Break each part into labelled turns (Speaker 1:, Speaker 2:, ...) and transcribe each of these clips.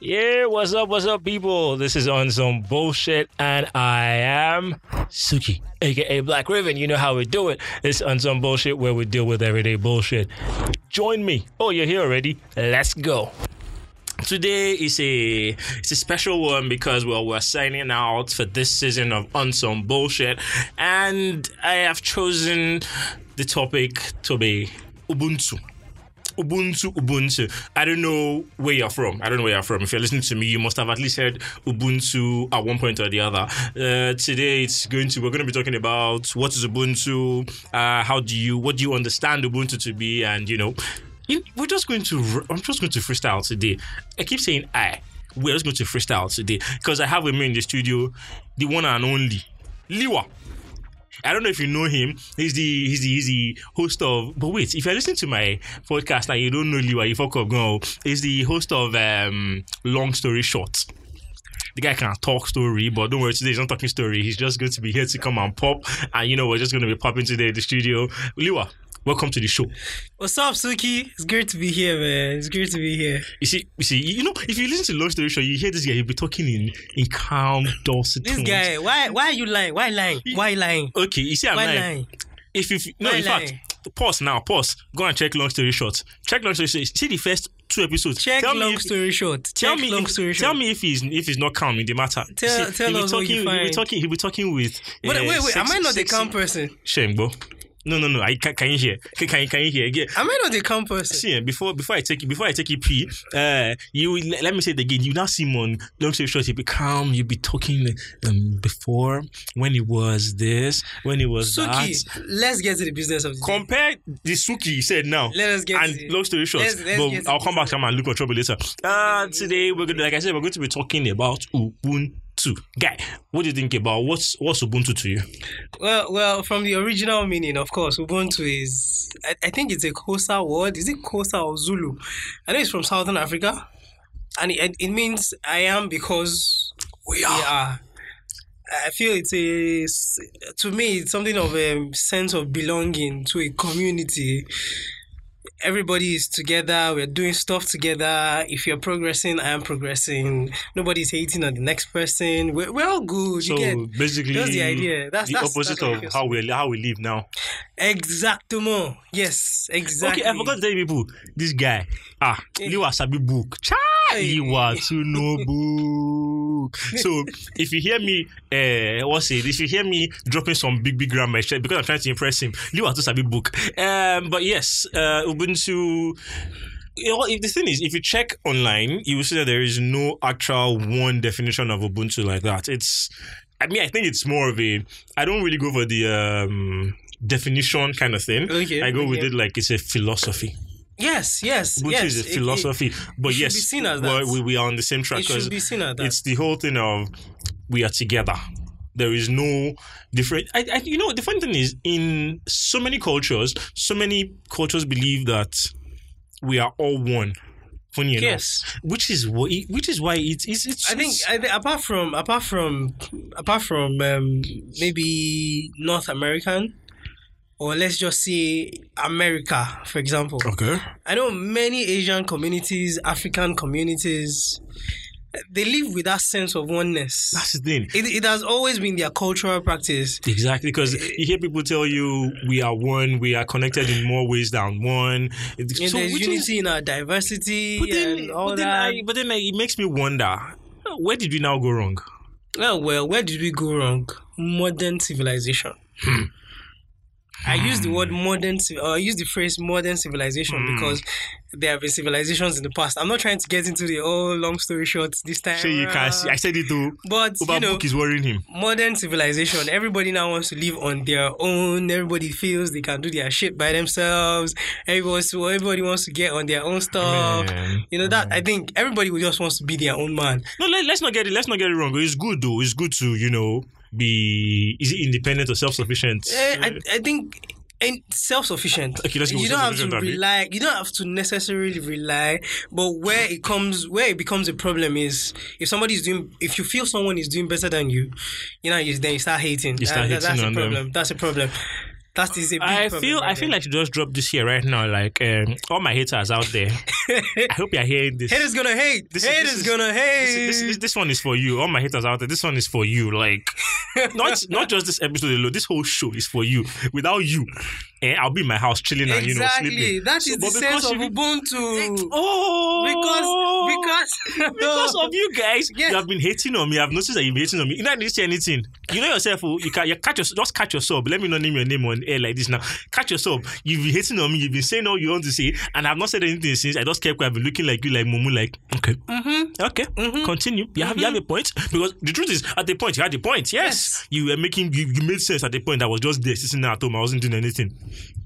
Speaker 1: Yeah, what's up, what's up, people? This is on some bullshit, and I am Suki, aka Black Ribbon. You know how we do it. It's on some bullshit where we deal with everyday bullshit. Join me. Oh, you're here already. Let's go. Today is a it's a special one because well we're signing out for this season of on some bullshit, and I have chosen the topic to be Ubuntu. Ubuntu, Ubuntu. I don't know where you're from. I don't know where you're from. If you're listening to me, you must have at least heard Ubuntu at one point or the other. Uh, today, it's going to we're going to be talking about what is Ubuntu, uh, how do you what do you understand Ubuntu to be, and you know, you- we're just going to r- I'm just going to freestyle today. I keep saying I. We're just going to freestyle today because I have with me in the studio the one and only Liwa. I don't know if you know him. He's the he's the he's the host of. But wait, if you're listening to my podcast and you don't know Liwa, you fuck up. Go. He's the host of um, Long Story Short. The guy can talk story, but don't worry, today he's not talking story. He's just going to be here to come and pop. And you know, we're just going to be popping today in the studio. Liwa, welcome to the show.
Speaker 2: What's up, Suki? It's great to be here, man. It's great to be here.
Speaker 1: You see, you see, you know, if you listen to Long Story Short, you hear this guy, he'll be talking in, in calm, dulcet
Speaker 2: This
Speaker 1: tones.
Speaker 2: guy, why why are you lying? Why lying? Why lying?
Speaker 1: Okay, you see, I'm
Speaker 2: Why
Speaker 1: lying.
Speaker 2: lying?
Speaker 1: if you no
Speaker 2: Why
Speaker 1: in fact pause now pause go and check long story short check long story short see the first two episodes
Speaker 2: Check
Speaker 1: tell
Speaker 2: long
Speaker 1: me if,
Speaker 2: story short.
Speaker 1: tell
Speaker 2: Check
Speaker 1: me
Speaker 2: long
Speaker 1: if,
Speaker 2: story
Speaker 1: tell
Speaker 2: short.
Speaker 1: me if he's if he's not calm in the matter You
Speaker 2: Tell-
Speaker 1: see,
Speaker 2: tell
Speaker 1: he'll be
Speaker 2: us what
Speaker 1: talking
Speaker 2: you
Speaker 1: he'll be
Speaker 2: find.
Speaker 1: talking he'll be talking with
Speaker 2: Wait,
Speaker 1: uh,
Speaker 2: wait, wait. Am
Speaker 1: sexy-
Speaker 2: I not the
Speaker 1: sexy-
Speaker 2: calm person?
Speaker 1: shame bro no no no I can, can you hear can, can, you- can you hear again
Speaker 2: Am I not the calm person?
Speaker 1: See, eh, before before I take before I take it pee, uh, you will- let me say it again. You now see him on long story short, you be calm. You be talking um, before when it was this, when it was
Speaker 2: Suki,
Speaker 1: that.
Speaker 2: let's get to the business of the day.
Speaker 1: Compare the Suki he said now.
Speaker 2: Let us get
Speaker 1: and
Speaker 2: to it.
Speaker 1: long story short,
Speaker 2: Let's- let's
Speaker 1: but
Speaker 2: get to
Speaker 1: I'll come back to and look for trouble later. Uh, today we're gonna, like I said, we're going to be talking about Ubuntu. Guy, what do you think about what's what's Ubuntu to you?
Speaker 2: Well, well, from the original meaning, of course, Ubuntu is. I, I think it's a Kosa word. Is it Kosa or Zulu? I know it's from Southern Africa, and it, it means I am because we are. I feel it is to me. It's something of a sense of belonging to a community. Everybody is together. We're doing stuff together. If you're progressing, I am progressing. Nobody's hating on the next person. We're, we're all good.
Speaker 1: So
Speaker 2: you get
Speaker 1: basically,
Speaker 2: that's the idea. That's-
Speaker 1: the
Speaker 2: that's-
Speaker 1: opposite
Speaker 2: that's what I feel.
Speaker 1: of how we how we live now.
Speaker 2: Exactement. Yes, exactly.
Speaker 1: Okay, I forgot to tell you people. This guy, ah,
Speaker 2: Eh.
Speaker 1: Liwa Sabi book. Cha,
Speaker 2: Eh.
Speaker 1: Liwa to no book. So if you hear me, uh, what's it? If you hear me dropping some big big grammar it's because I'm trying to impress him, Liwa to Sabi book. Um, but yes, uh, Ubuntu. You know, if the thing is, if you check online, you will see that there is no actual one definition of Ubuntu like that. It's, I mean, I think it's more of a. I don't really go for the um, definition kind of thing.
Speaker 2: Okay,
Speaker 1: I go with
Speaker 2: okay.
Speaker 1: it like it's a philosophy.
Speaker 2: Yes, yes,
Speaker 1: Which
Speaker 2: yes.
Speaker 1: is a
Speaker 2: It-
Speaker 1: philosophy. but
Speaker 2: should
Speaker 1: yes,
Speaker 2: be seen as
Speaker 1: we're-
Speaker 2: that.
Speaker 1: We, we are on the same
Speaker 2: It,
Speaker 1: track
Speaker 2: it should be
Speaker 1: because
Speaker 2: seen at that.
Speaker 1: it's the whole thing of we are together. There is no different. I, I, you know, the funny thing is, in so many cultures, so many cultures believe that we are all one. Funny enough,
Speaker 2: yes,
Speaker 1: which is why, which is why it's it's. it's
Speaker 2: I think
Speaker 1: it's-
Speaker 2: I think apart from apart from apart from um, maybe North American, or let's just say America, for example.
Speaker 1: okay.
Speaker 2: I know many Asian communities, African communities, they live with that sense of oneness.
Speaker 1: That's the thing.
Speaker 2: It, it has always been their cultural practice.
Speaker 1: Exactly, because you hear people tell you we are one, we are connected in more ways than one. It's-
Speaker 2: And
Speaker 1: so
Speaker 2: there's
Speaker 1: which
Speaker 2: unity
Speaker 1: is-
Speaker 2: in our diversity
Speaker 1: but then,
Speaker 2: and all
Speaker 1: but then,
Speaker 2: that.
Speaker 1: I, but then I, it makes me wonder, where did we now go wrong?
Speaker 2: Well, Oh, well, where did we go wrong? Modern civilization.
Speaker 1: Hmm.
Speaker 2: I use the word modern, ci- or I use the phrase modern civilization
Speaker 1: Hmm.
Speaker 2: because there have been civilizations in the past. I'm not trying to get into the whole long story short this time.
Speaker 1: Say you can.
Speaker 2: around.
Speaker 1: I said it too.
Speaker 2: but you know,
Speaker 1: Overbook is worrying him.
Speaker 2: modern civilization. Everybody now wants to live on their own. Everybody feels they can do their shit by themselves. Everybody wants to, everybody wants to get on their own stuff.
Speaker 1: Man.
Speaker 2: You know that I think everybody will just wants to be their own man.
Speaker 1: No, let, let's not get it. Let's not get it wrong. It's good though. It's good to you know be is it independent or self sufficient.
Speaker 2: Eh, I, I think and self-sufficient.
Speaker 1: Okay, let's go
Speaker 2: you
Speaker 1: with
Speaker 2: don't have to
Speaker 1: self-sufficient, Abi.
Speaker 2: rely. You don't have to necessarily rely. But where it comes, where it becomes a problem is if somebody's doing. If you feel someone is doing better than you, you know, you, then you start hating.
Speaker 1: You start
Speaker 2: That- that-
Speaker 1: hating
Speaker 2: that's
Speaker 1: on them.
Speaker 2: a problem. That's a problem. That is a big
Speaker 1: I
Speaker 2: problem
Speaker 1: feel I
Speaker 2: right
Speaker 1: feel
Speaker 2: there.
Speaker 1: like you just dropped this here right now. Like um, all my haters out there, I hope you're hearing this.
Speaker 2: hate is gonna hate.
Speaker 1: This is-
Speaker 2: hate
Speaker 1: this
Speaker 2: is,
Speaker 1: is-
Speaker 2: gonna hate.
Speaker 1: This, this, this, this one is for you. All my haters out there. This one is for you. Like not not just this episode alone. This whole show is for you. Without you, eh, I'll be in my house chilling and you know
Speaker 2: exactly.
Speaker 1: sleeping.
Speaker 2: That is the
Speaker 1: but
Speaker 2: sense
Speaker 1: because
Speaker 2: of
Speaker 1: you-
Speaker 2: Ubuntu.
Speaker 1: Oh,
Speaker 2: Because because
Speaker 1: because of you guys,
Speaker 2: Yes.
Speaker 1: you have been hating on me. I've noticed that you've been hating on me. You know, I didn't say anything. You know yourself. oh, You, ca- you catch your, just catch yourself. Let me not name your name on air like this now. Catch yourself. You've been hating on me. You've been saying all you want to say, and I've not said anything since. I just kept quiet. I've been looking like you, like Mumu, like okay, mm-hmm. okay, continue. You have you have a point because the truth is, at the point you had the point. Yes,
Speaker 2: Mm-hmm. Yes.
Speaker 1: you were making you, you made sense at the point. I was just there sitting at home. I wasn't doing anything.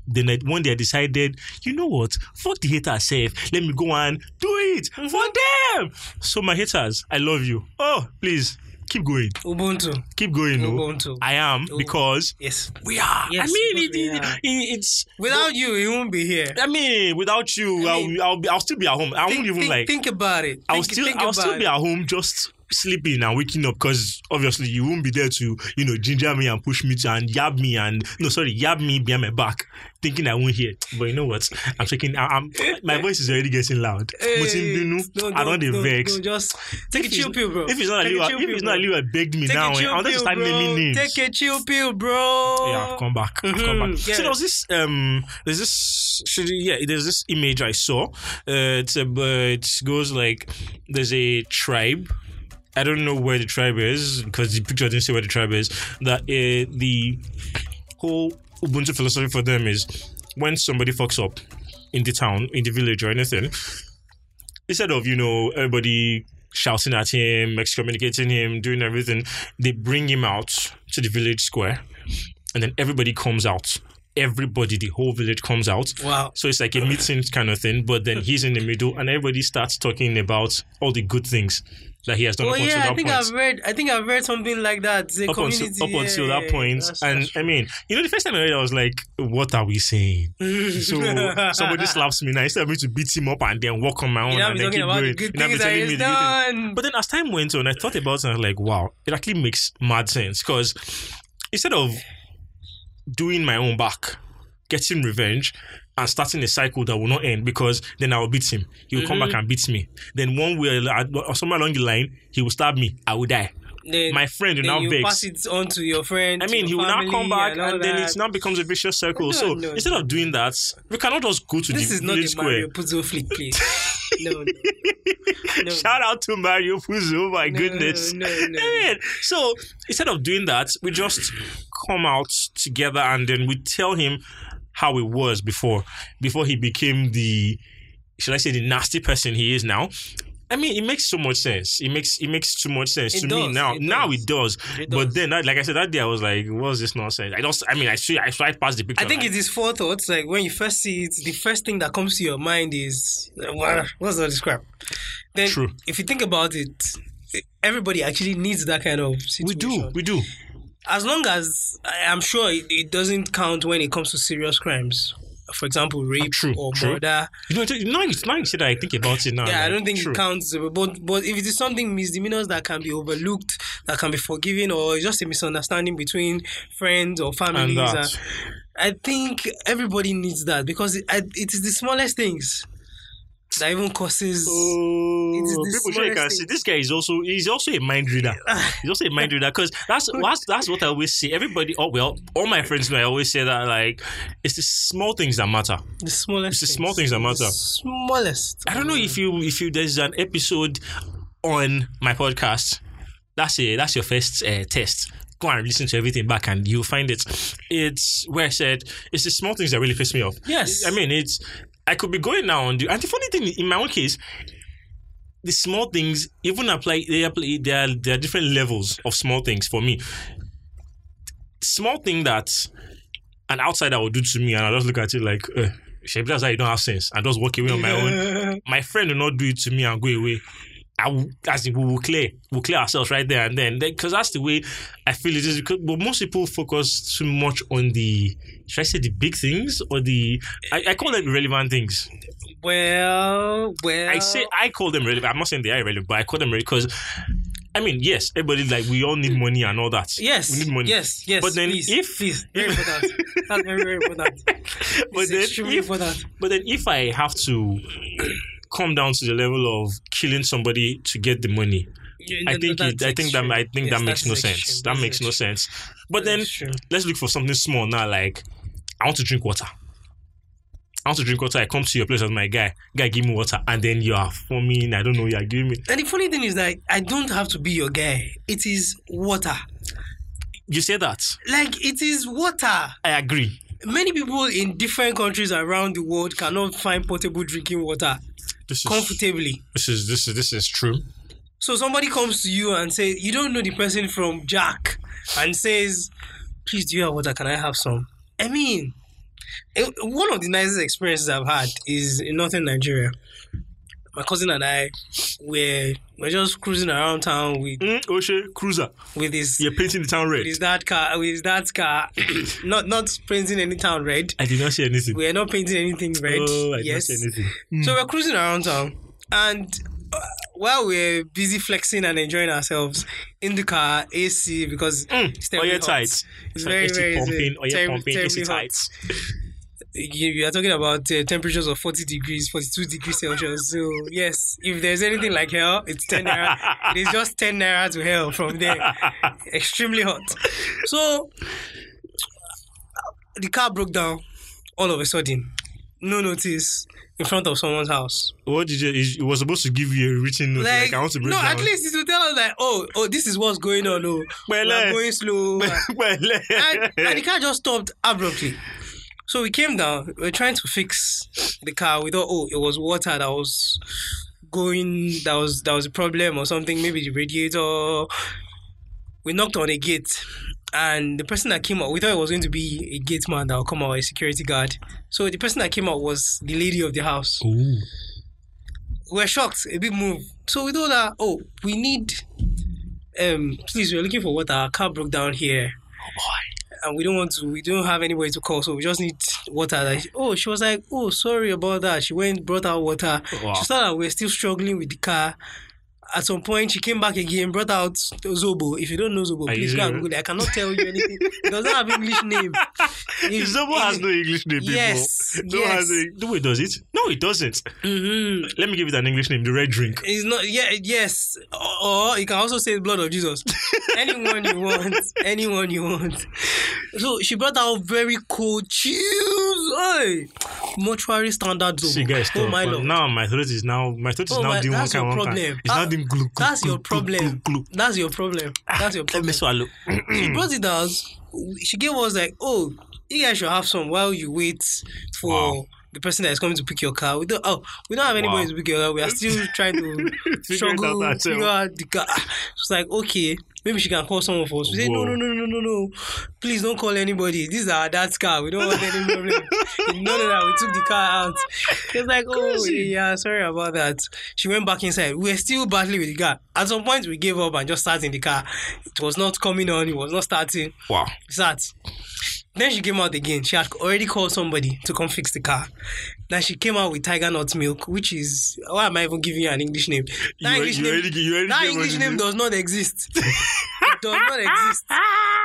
Speaker 1: Then I, one day I decided, you know what? Fuck the hater self. Let me go and do it
Speaker 2: Mm-hmm.
Speaker 1: for them. So my haters, I love you. Oh, please keep going,
Speaker 2: Ubuntu.
Speaker 1: keep going. oh.
Speaker 2: Ubuntu.
Speaker 1: I am because
Speaker 2: Yes.
Speaker 1: we are.
Speaker 2: Yes,
Speaker 1: I mean,
Speaker 2: because
Speaker 1: it,
Speaker 2: we
Speaker 1: it-
Speaker 2: are.
Speaker 1: it- it's.
Speaker 2: Without you, it won't be here.
Speaker 1: I mean, without you, I
Speaker 2: I mean,
Speaker 1: will I'll, be, I'll still be at home. I
Speaker 2: Think,
Speaker 1: won't even
Speaker 2: think,
Speaker 1: like.
Speaker 2: think about it.
Speaker 1: I'll
Speaker 2: Think-
Speaker 1: still
Speaker 2: think
Speaker 1: I'll
Speaker 2: about
Speaker 1: still
Speaker 2: it.
Speaker 1: be at home just sleeping and waking up because obviously you won't be there to you know ginger me and push me to and yab me and no sorry yab me behind my back thinking I won't hear it. but you know what I'm taking I, I'm my voice is already getting loud
Speaker 2: Hey,
Speaker 1: Mo ti ń bínú.
Speaker 2: no,
Speaker 1: I don't
Speaker 2: no,
Speaker 1: dey
Speaker 2: no,
Speaker 1: vex
Speaker 2: no, Just
Speaker 1: If
Speaker 2: take a
Speaker 1: it's-
Speaker 2: chill pill, bro.
Speaker 1: if it's not
Speaker 2: Take a
Speaker 1: Aliwa
Speaker 2: chill
Speaker 1: if
Speaker 2: pill,
Speaker 1: it's not
Speaker 2: bro.
Speaker 1: Aliwa begged me
Speaker 2: Take
Speaker 1: now
Speaker 2: a
Speaker 1: eh,
Speaker 2: chill
Speaker 1: I'll just
Speaker 2: pill,
Speaker 1: start
Speaker 2: bro.
Speaker 1: naming names
Speaker 2: Take a chill pill, bro.
Speaker 1: yeah, I've come back. I've come back.
Speaker 2: Mhm,
Speaker 1: So
Speaker 2: yeah.
Speaker 1: there was this um, there's this should, yeah, there's this image I saw. Uh, it's a, it goes like there's a tribe. I don't know where the tribe is because the picture didn't say where the tribe is. That uh, the whole Ubuntu philosophy for them is when somebody fucks up in the town, in the village, or anything, instead of you know everybody shouting at him, excommunicating him, doing everything, they bring him out to the village square, and then everybody comes out. Everybody, the whole village comes out.
Speaker 2: Wow.
Speaker 1: So it's like a meeting kind of thing, but then he's in the middle, and everybody starts talking about all the good things that he has done
Speaker 2: Oh
Speaker 1: up until
Speaker 2: yeah, I
Speaker 1: that
Speaker 2: think
Speaker 1: point
Speaker 2: I've read. I think I've read something like that. The
Speaker 1: up until,
Speaker 2: community,
Speaker 1: up until
Speaker 2: yeah,
Speaker 1: that point.
Speaker 2: that's-
Speaker 1: and
Speaker 2: that's-
Speaker 1: I mean, you know, the first time I read, it, I was like, "What are we saying?" so somebody slaps me now. Instead of me to beat him up and then walk on my own
Speaker 2: you know,
Speaker 1: and
Speaker 2: I'm
Speaker 1: then
Speaker 2: talking
Speaker 1: keep
Speaker 2: about
Speaker 1: going,
Speaker 2: the good
Speaker 1: you know,
Speaker 2: things
Speaker 1: telling
Speaker 2: that
Speaker 1: me
Speaker 2: he's
Speaker 1: the good thing.
Speaker 2: done.
Speaker 1: But then as time went on, I thought about it and I was like, "Wow, it actually makes mad sense." Because instead of doing my own back, getting revenge. And starting a cycle that will not end because then I will beat him. He will come back
Speaker 2: Mm-hmm.
Speaker 1: and beat me. Then one way or somewhere along the line, he will stab me. I will die.
Speaker 2: Then-
Speaker 1: My friend will
Speaker 2: then
Speaker 1: now
Speaker 2: you
Speaker 1: vex.
Speaker 2: pass it on to your friend.
Speaker 1: I
Speaker 2: to
Speaker 1: mean, he
Speaker 2: your
Speaker 1: will now
Speaker 2: family
Speaker 1: come back, and,
Speaker 2: all
Speaker 1: then
Speaker 2: that.
Speaker 1: it now becomes a vicious circle.
Speaker 2: No,
Speaker 1: so
Speaker 2: no,
Speaker 1: instead of doing that, we cannot just go to
Speaker 2: This
Speaker 1: the
Speaker 2: is not
Speaker 1: village
Speaker 2: the
Speaker 1: square.
Speaker 2: Mario Puzo flick, please. No, no, no.
Speaker 1: Shout out to Mario Puzo! Oh my
Speaker 2: No,
Speaker 1: goodness.
Speaker 2: no, no.
Speaker 1: I mean, so instead of doing that, we just come out together and then we tell him how it was before, before he became the, should I say, the nasty person he is now. I mean, it makes so much sense. It makes it makes too much sense
Speaker 2: It
Speaker 1: to me
Speaker 2: does,
Speaker 1: now.
Speaker 2: it
Speaker 1: now
Speaker 2: does.
Speaker 1: it does.
Speaker 2: It
Speaker 1: But
Speaker 2: does.
Speaker 1: then, I- like I said that day, I was like, "What's this nonsense?" I just, I mean, I see, I swiped past the picture.
Speaker 2: I think
Speaker 1: like,
Speaker 2: it is four thoughts. Like when you first see it, the first thing that comes to your mind is "Wha- what's all this crap. Then,
Speaker 1: True.
Speaker 2: if you think about it, everybody actually needs that kind of situation.
Speaker 1: we do, we do.
Speaker 2: as long as I- I'm sure it, it doesn't count when it comes to serious crimes. For example, rape
Speaker 1: True,
Speaker 2: or
Speaker 1: true.
Speaker 2: murder.
Speaker 1: You know, it- now you now you said that I think about it now.
Speaker 2: Yeah, I
Speaker 1: like,
Speaker 2: don't think
Speaker 1: true.
Speaker 2: it counts. But but if it is something misdemeanors that can be overlooked, that can be forgiven, or it's just a misunderstanding between friends or families,
Speaker 1: that.
Speaker 2: uh, I think everybody needs that because it, I, it is the smallest things that even causes.
Speaker 1: Oh,
Speaker 2: It is the
Speaker 1: people sure you can
Speaker 2: smallest
Speaker 1: see
Speaker 2: thing.
Speaker 1: this guy is also he's also a mind reader. He's also a mind reader because that's that's that's what I always say. Everybody, oh well, all my friends know. I always say that like it's the small things that matter.
Speaker 2: The smallest.
Speaker 1: It's the small things that matter.
Speaker 2: The smallest.
Speaker 1: I don't know if you if you there's an episode on my podcast. That's it. That's your first uh, test. Go and listen to everything back, and you'll find it. It's where I said it's the small things that really piss me off.
Speaker 2: Yes.
Speaker 1: I mean it's. I could be going now on the and the funny thing in my own case, the small things even apply. They apply. There are there are different levels of small things for me. Small thing that an outsider would do to me, and I just look at it like, uh, "Shebi, that's how you don't have sense," and just walk away on my own my friend will not do it to me and go away. I will, as in, we will clear, we'll clear ourselves right there and then, because that's the way I feel it is. Because, but most people focus too much on the, should I say, the big things or the, I, I call them irrelevant things.
Speaker 2: Well, well. Uh.
Speaker 1: I say I call them relevant. I'm not saying they are irrelevant, but I call them relevant because I mean, yes, everybody like we all need money and all that.
Speaker 2: Yes.
Speaker 1: we need money.
Speaker 2: Yes. Yes.
Speaker 1: But then
Speaker 2: please,
Speaker 1: if-
Speaker 2: please, very important. That's very very important.
Speaker 1: But
Speaker 2: It's
Speaker 1: then
Speaker 2: extremely
Speaker 1: if-
Speaker 2: important.
Speaker 1: But then if I have to come down to the level of killing somebody to get the money, I think it, I think that I think that makes no sense. That makes no sense. But then let's look for something small now. Like I want to drink water. I want to drink water. I come to your place as my guy. Guy, give me water, and then you are for me. I don't know. You are giving me.
Speaker 2: And the funny thing is that I don't have to be your guy. It is water.
Speaker 1: You say that.
Speaker 2: Like it is water.
Speaker 1: I agree.
Speaker 2: Many people in different countries around the world cannot find portable drinking water
Speaker 1: This is
Speaker 2: comfortably.
Speaker 1: this is this is this is true.
Speaker 2: So somebody comes to you and says, You don't know the person from Jack, and says, Please, do you have water? Can I have some? I mean, eh, one of the nicest experiences I've had is in northern Nigeria. My cousin and I were, were just cruising around town with,
Speaker 1: Mm, Oshe Cruiser,
Speaker 2: with his.
Speaker 1: you're painting the town red.
Speaker 2: With his dad's car, with his dad's car, not not painting any town red.
Speaker 1: I did not see anything.
Speaker 2: We are not painting anything red.
Speaker 1: Oh, I did
Speaker 2: yes.
Speaker 1: not see anything.
Speaker 2: So we're cruising around town, and uh, while we're busy flexing and enjoying ourselves in the car, AC because it's
Speaker 1: Mm,
Speaker 2: terribly
Speaker 1: oil
Speaker 2: hot.
Speaker 1: tight. Like
Speaker 2: It's very
Speaker 1: AC
Speaker 2: very
Speaker 1: pumping,
Speaker 2: it's
Speaker 1: oil
Speaker 2: terrib-
Speaker 1: pumping, AC
Speaker 2: terribly hot.
Speaker 1: tight.
Speaker 2: You, you are talking about uh, temperatures of forty degrees, forty-two degrees Celsius. So yes, if there's anything like hell, it's ten naira. it is just ten naira to hell from there. Extremely hot. So the car broke down all of a sudden. No notice in front of someone's house.
Speaker 1: What did you? It was supposed to give you a written note. Like, I want to break
Speaker 2: no,
Speaker 1: down.
Speaker 2: at least it will tell us like, oh, oh, this is what's going on. Oh,
Speaker 1: Well,
Speaker 2: we're
Speaker 1: eh.
Speaker 2: going slow.
Speaker 1: Well,
Speaker 2: and, and the car just stopped abruptly. So we came down. We were trying to fix the car. We thought, oh, it was water that was going. That was that was a problem or something. Maybe the radiator. We knocked on a gate, and the person that came out, we thought it was going to be a gate man that would come out, a security guard. So the person that came out was the lady of the house
Speaker 1: Ooh.
Speaker 2: we're shocked, a big move. So we told her, oh, we need, um, please, we're looking for water. Our car broke down here. And we don't want to, we don't have anywhere to call, so we just need water. Like, oh, she was like, oh, sorry about that. She went, brought out water.
Speaker 1: Wow.
Speaker 2: She saw that we're still struggling with the car. At some point, she came back again, brought out Zobo. If you don't know Zobo,
Speaker 1: Are you
Speaker 2: please go and
Speaker 1: serious?
Speaker 2: Google it. I cannot tell you anything. it doesn't have English name. If-
Speaker 1: Zobo has no English name, people.
Speaker 2: Yes,
Speaker 1: Zobo has
Speaker 2: yes.
Speaker 1: a- no, it does it? No, it doesn't.
Speaker 2: Mhm.
Speaker 1: Let me give it an English name. The red drink.
Speaker 2: It's not. Yeah. Yes. Or, or you can also say the blood of Jesus. anyone you want. Anyone you want. So she brought out very cold chills. Hey, mortuary standard
Speaker 1: See,
Speaker 2: zone.
Speaker 1: guys,
Speaker 2: Oh
Speaker 1: stop.
Speaker 2: my
Speaker 1: But
Speaker 2: lord.
Speaker 1: Now my throat is now my throat is
Speaker 2: Oh,
Speaker 1: now
Speaker 2: my-
Speaker 1: doing one
Speaker 2: that's
Speaker 1: kind
Speaker 2: your
Speaker 1: one kind.
Speaker 2: problem.
Speaker 1: It's now
Speaker 2: That-
Speaker 1: doing glue. glue,
Speaker 2: that's your
Speaker 1: glue, glue,
Speaker 2: problem.
Speaker 1: glue, glue.
Speaker 2: That's your problem. That's your
Speaker 1: Let me
Speaker 2: problem.
Speaker 1: swallow.
Speaker 2: she brought it out. She gave us like, oh, you guys should have some while you wait for.
Speaker 1: Wow.
Speaker 2: The person that is coming to pick your car, we don't. Oh, we don't have anybody
Speaker 1: Wow.
Speaker 2: to pick your car. We are still trying to
Speaker 1: Figure it out
Speaker 2: struggle,
Speaker 1: ourselves.
Speaker 2: figure out the car. She's like, okay, maybe she can call someone for us. We say, no,
Speaker 1: Whoa.
Speaker 2: no, no, no, no, no. Please don't call anybody. This is our dad's car. We don't want any problem. None of that. We took the car out. It's like, oh, yeah, sorry about that. She went back inside. We were still battling with the car. At some point, we gave up and just sat in the car. It was not coming on. It was not starting.
Speaker 1: Wow.
Speaker 2: Sat. Then she came out again. She had already called somebody to come fix the car. Then she came out with Tiger Nut Milk, which is why am I even giving you an English name?
Speaker 1: You, al- you already, you already
Speaker 2: That
Speaker 1: gave
Speaker 2: English
Speaker 1: us-
Speaker 2: name does not exist. it does not exist.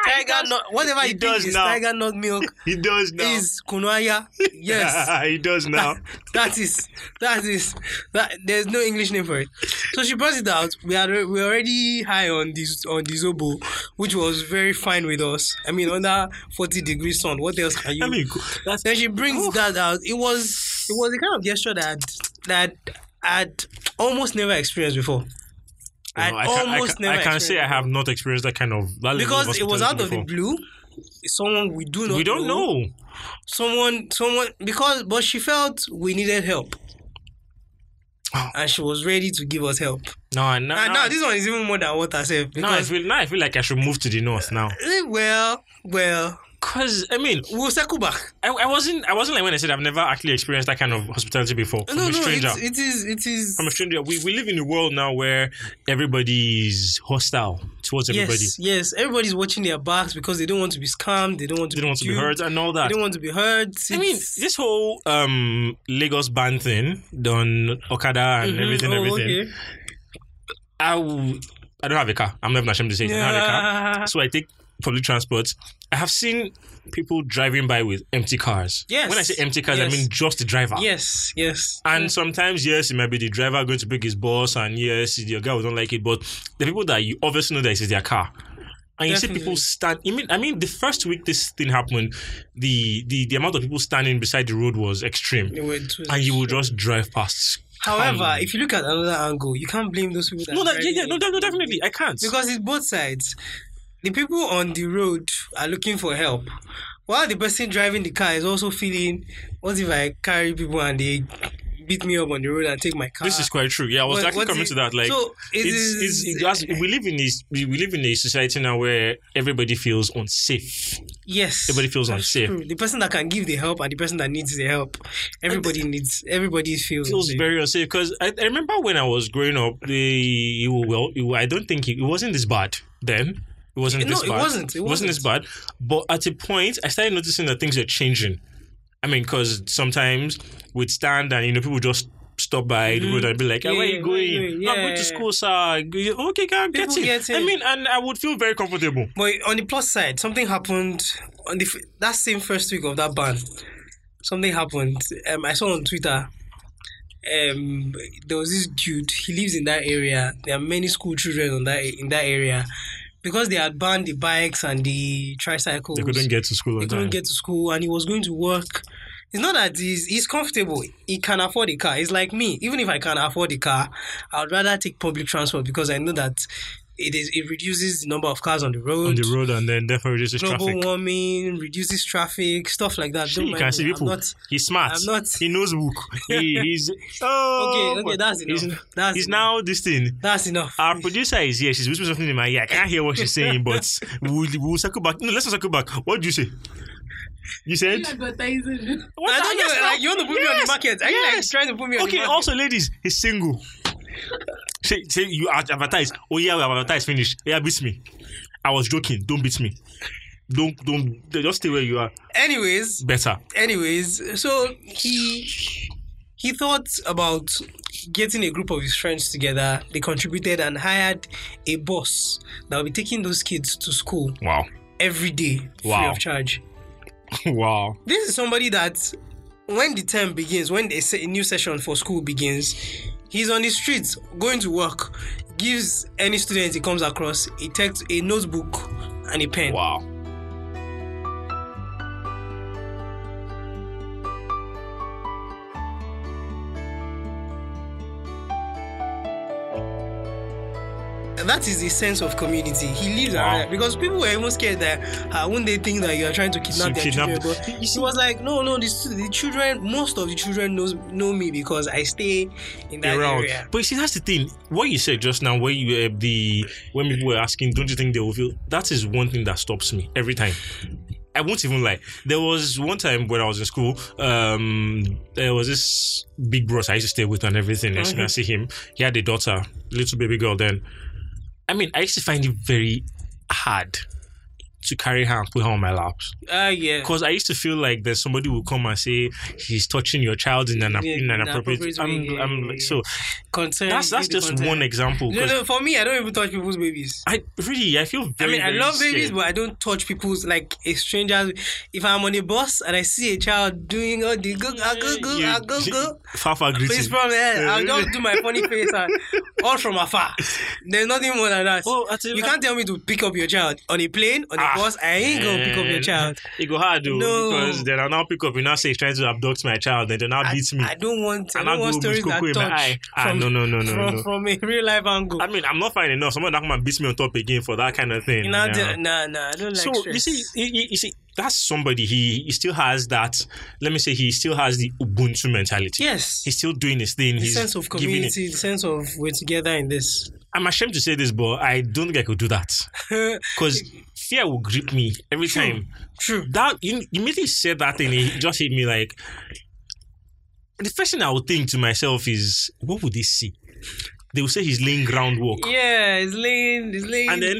Speaker 2: Tiger nut, whatever
Speaker 1: it
Speaker 2: it
Speaker 1: does
Speaker 2: does is
Speaker 1: now.
Speaker 2: tiger nut milk
Speaker 1: He does now.
Speaker 2: is kunaya. Yes,
Speaker 1: he does now.
Speaker 2: that is that is that. There's no English name for it. So she brought it out. We are we were already high on this on the zobo, which was very fine with us. I mean, under forty degrees sun. What else can you?
Speaker 1: I mean, that's
Speaker 2: then she brings that out. It was it was a kind of gesture that that I'd almost never experienced before. I'd
Speaker 1: No, I can,
Speaker 2: almost
Speaker 1: I can, I
Speaker 2: never
Speaker 1: can say I
Speaker 2: experienced
Speaker 1: have not experienced that kind of that level
Speaker 2: because it was out of
Speaker 1: hospitality
Speaker 2: the blue. Someone we do
Speaker 1: before.
Speaker 2: not
Speaker 1: We don't know.
Speaker 2: someone someone because but she felt we needed help. And she was ready to give us help.
Speaker 1: No, no,
Speaker 2: and now Ah, this one is even more than what I said
Speaker 1: now I
Speaker 2: because
Speaker 1: feel now I feel like I should move to the north now.
Speaker 2: Eh, well, well,
Speaker 1: Cause I mean,
Speaker 2: we'll circle back.
Speaker 1: I, I wasn't I wasn't like when I said I've never actually experienced that kind of hospitality before from
Speaker 2: no,
Speaker 1: a
Speaker 2: no,
Speaker 1: stranger.
Speaker 2: it's, it is, it is.
Speaker 1: from a stranger, we, we live in a world now where everybody's hostile towards everybody.
Speaker 2: Yes, yes. Everybody's watching their backs because they don't want to be scammed. They don't want to.
Speaker 1: They don't want to be
Speaker 2: duped,
Speaker 1: hurt and all
Speaker 2: They
Speaker 1: that.
Speaker 2: don't want to be hurt.
Speaker 1: I mean,
Speaker 2: It's-
Speaker 1: this whole um Lagos ban thing done Okada and
Speaker 2: Mhm,
Speaker 1: Oh, everything,
Speaker 2: oh,
Speaker 1: everything.
Speaker 2: okay.
Speaker 1: I w- I don't have a car. I'm not even ashamed to say it. I don't have a car. So I take public transport. I have seen people driving by with empty cars.
Speaker 2: Yes.
Speaker 1: When I say empty cars,
Speaker 2: Yes.
Speaker 1: I mean just the driver.
Speaker 2: Yes, yes.
Speaker 1: And sometimes, yes, it might be the driver going to pick his boss, and yes, your guy will don't like it. But the people that you obviously know that it is their car, and you see
Speaker 2: Definitely.
Speaker 1: people stand. I mean, I mean, the first week this thing happened, the the, the amount of people standing beside the road was extreme,
Speaker 2: They were too-
Speaker 1: and you will just drive past.
Speaker 2: However, if you look at another angle, you can't blame those people. That
Speaker 1: no,
Speaker 2: are
Speaker 1: that, yeah,
Speaker 2: driving
Speaker 1: yeah, no,
Speaker 2: it.
Speaker 1: de- no, definitely, I can't.
Speaker 2: because it's both sides. The people on the road are looking for help, while the person driving the car is also feeling, what if I carry people and they beat me up on the road and take my car?
Speaker 1: This is quite true. Yeah, I was
Speaker 2: What-
Speaker 1: actually
Speaker 2: what's
Speaker 1: coming
Speaker 2: it-
Speaker 1: to that. Like,
Speaker 2: so it
Speaker 1: it's,
Speaker 2: is-
Speaker 1: it's, it has- we live in this, we we live in a society now where everybody feels unsafe.
Speaker 2: yes.
Speaker 1: everybody feels
Speaker 2: that's
Speaker 1: unsafe.
Speaker 2: true. The person that can give the help and the person that needs the help, everybody needs. Everybody feels.
Speaker 1: feels
Speaker 2: the-
Speaker 1: very unsafe because I, I remember when I was growing up, the it wa- well, it, wa- I don't think it, it wasn't this bad then. It wasn't
Speaker 2: No,
Speaker 1: this
Speaker 2: it
Speaker 1: bad.
Speaker 2: wasn't, it
Speaker 1: this bad. But at a point, I started noticing that things are changing. I mean, because sometimes we'd stand and you know people just stop by the road and be like, "Ah, "Where
Speaker 2: Mm-hmm. Yeah,
Speaker 1: you
Speaker 2: where
Speaker 1: going?
Speaker 2: you going?
Speaker 1: I'm going to
Speaker 2: Yeah.
Speaker 1: school, sir." Go- Okay, girl, get
Speaker 2: People
Speaker 1: in.
Speaker 2: get
Speaker 1: I
Speaker 2: in.
Speaker 1: mean, and I would feel very comfortable.
Speaker 2: But on the plus side, something happened on the f- that same first week of that ban. Something happened. Um, I saw on Twitter. Um, there was this dude. He lives in that area. There are many school children on that in that area because they had banned the bikes and the tricycles.
Speaker 1: They couldn't get to school.
Speaker 2: He
Speaker 1: on
Speaker 2: couldn't
Speaker 1: time.
Speaker 2: get to school, and he was going to work. It's not that he's he's comfortable. He can afford a car. It's like me. Even if I can afford a car, I'd rather take public transport because I know that it is it reduces the number of cars on the road
Speaker 1: on the road and then therefore reduces
Speaker 2: global
Speaker 1: traffic.
Speaker 2: warming, reduces traffic, stuff like that.
Speaker 1: See,
Speaker 2: Don't
Speaker 1: you
Speaker 2: mind
Speaker 1: can
Speaker 2: me.
Speaker 1: see
Speaker 2: I'm
Speaker 1: people.
Speaker 2: not-
Speaker 1: he's smart.
Speaker 2: I'm not-
Speaker 1: He knows book. He, he's oh,
Speaker 2: okay, okay,
Speaker 1: boy.
Speaker 2: that's
Speaker 1: he's,
Speaker 2: enough. That's
Speaker 1: he's
Speaker 2: enough.
Speaker 1: now this thing.
Speaker 2: That's enough.
Speaker 1: Our producer is here. She's whispering something in my ear. I can't hear what she's saying, but we'll, we'll circle back. No, let's not circle back. What do you say? You said?
Speaker 3: Advertising.
Speaker 1: What
Speaker 2: I
Speaker 1: the-
Speaker 2: don't know.
Speaker 1: yes, no.
Speaker 2: Like, you want to put me on the
Speaker 1: Yes.
Speaker 2: market? Are you like
Speaker 1: yes.
Speaker 2: trying to put me on
Speaker 1: Okay,
Speaker 2: the market?
Speaker 1: also, ladies, he's single. say, say you advertise. Oh, yeah, we have advertised. Finish. Yeah, beat me. I was joking. Don't beat me. Don't, don't, just stay where you are.
Speaker 2: Anyways,
Speaker 1: Better.
Speaker 2: anyways, so he he thought about getting a group of his friends together. They contributed and hired a bus that will be taking those kids to school
Speaker 1: Wow.
Speaker 2: every day, free
Speaker 1: Wow.
Speaker 2: of charge.
Speaker 1: wow.
Speaker 2: This is somebody that when the term begins, when the se- new session for school begins, he's on the streets going to work, gives any student he comes across a text, a notebook, and a pen.
Speaker 1: Wow.
Speaker 2: That is the sense of community. He lives
Speaker 1: Wow.
Speaker 2: around because people were even scared that uh, wouldn't they think that you are trying to kidnap
Speaker 1: So
Speaker 2: their
Speaker 1: kidnap-
Speaker 2: children? But he was like, no, no, the, stu- the children, most of the children knows know me because I stay in that
Speaker 1: around.
Speaker 2: area.
Speaker 1: But you see, that's the thing. What you said just now, where you uh, the when people were asking, don't you think they will feel? That is one thing that stops me every time. I won't even lie. There was one time when I was in school. Um, there was this big bros I used to stay with and everything. As soon as I see him, he had a daughter, little baby girl. Then, I mean, I used to find it very hard to carry her and put her on my lap.
Speaker 2: Ah, yeah.
Speaker 1: Because I used to feel like there's somebody will come and say he's touching your child in an,
Speaker 2: Yeah,
Speaker 1: in an
Speaker 2: in
Speaker 1: appropriate.
Speaker 2: appropriate
Speaker 1: I'm,
Speaker 2: way, yeah,
Speaker 1: I'm
Speaker 2: yeah,
Speaker 1: like
Speaker 2: yeah.
Speaker 1: so.
Speaker 2: Concern.
Speaker 1: That's that's
Speaker 2: give the
Speaker 1: just
Speaker 2: concern.
Speaker 1: one example.
Speaker 2: No,
Speaker 1: 'cause
Speaker 2: no, for me, I don't even touch people's babies.
Speaker 1: I really I feel
Speaker 2: I
Speaker 1: very.
Speaker 2: mean, I
Speaker 1: very
Speaker 2: love babies,
Speaker 1: scared.
Speaker 2: but I don't touch people's like a stranger. If I'm on a bus and I see a child doing all the go ah, go go ah, go go,
Speaker 1: Far far
Speaker 2: please
Speaker 1: greeting.
Speaker 2: from there, I'll just do my funny face and all from afar. There's nothing more than that.
Speaker 1: Well, at a-
Speaker 2: you can't tell me to pick up your child on a plane on a
Speaker 1: Ah. eh,
Speaker 2: bus. I ain't gonna pick up your
Speaker 1: And
Speaker 2: child.
Speaker 1: It go hard though
Speaker 2: No.
Speaker 1: because then I'll now pick up. You now say he's trying to abduct my child. Then they now
Speaker 2: I,
Speaker 1: beat me.
Speaker 2: I don't want. I
Speaker 1: And I'll
Speaker 2: don't want
Speaker 1: go with
Speaker 2: stories that
Speaker 1: cocoa in my
Speaker 2: touch
Speaker 1: eye. Ah,
Speaker 2: from,
Speaker 1: no, no, no, no,
Speaker 2: from,
Speaker 1: no.
Speaker 2: from a real life angle.
Speaker 1: I mean, I'm not fine enough. Someone that come and beat me on top again for that kind of thing.
Speaker 2: You know,
Speaker 1: yeah.
Speaker 2: the- nah, nah, I don't like
Speaker 1: so you
Speaker 2: stress.
Speaker 1: see, you, you- you see, that's somebody. He, he still has that. Let me say, he still has the Ubuntu mentality.
Speaker 2: yes,
Speaker 1: He's still doing his thing.
Speaker 2: the
Speaker 1: he's
Speaker 2: sense of
Speaker 1: giving it.
Speaker 2: community, the sense of we're together in this.
Speaker 1: I'm ashamed to say this, but I don't think I could do that because fear will grip me every
Speaker 2: True.
Speaker 1: time.
Speaker 2: True.
Speaker 1: that you you immediately said that thing, it just hit me like the first thing I would think to myself is, what would they see? They will say he's laying groundwork.
Speaker 2: Yeah, it's laying, it's laying.
Speaker 1: And then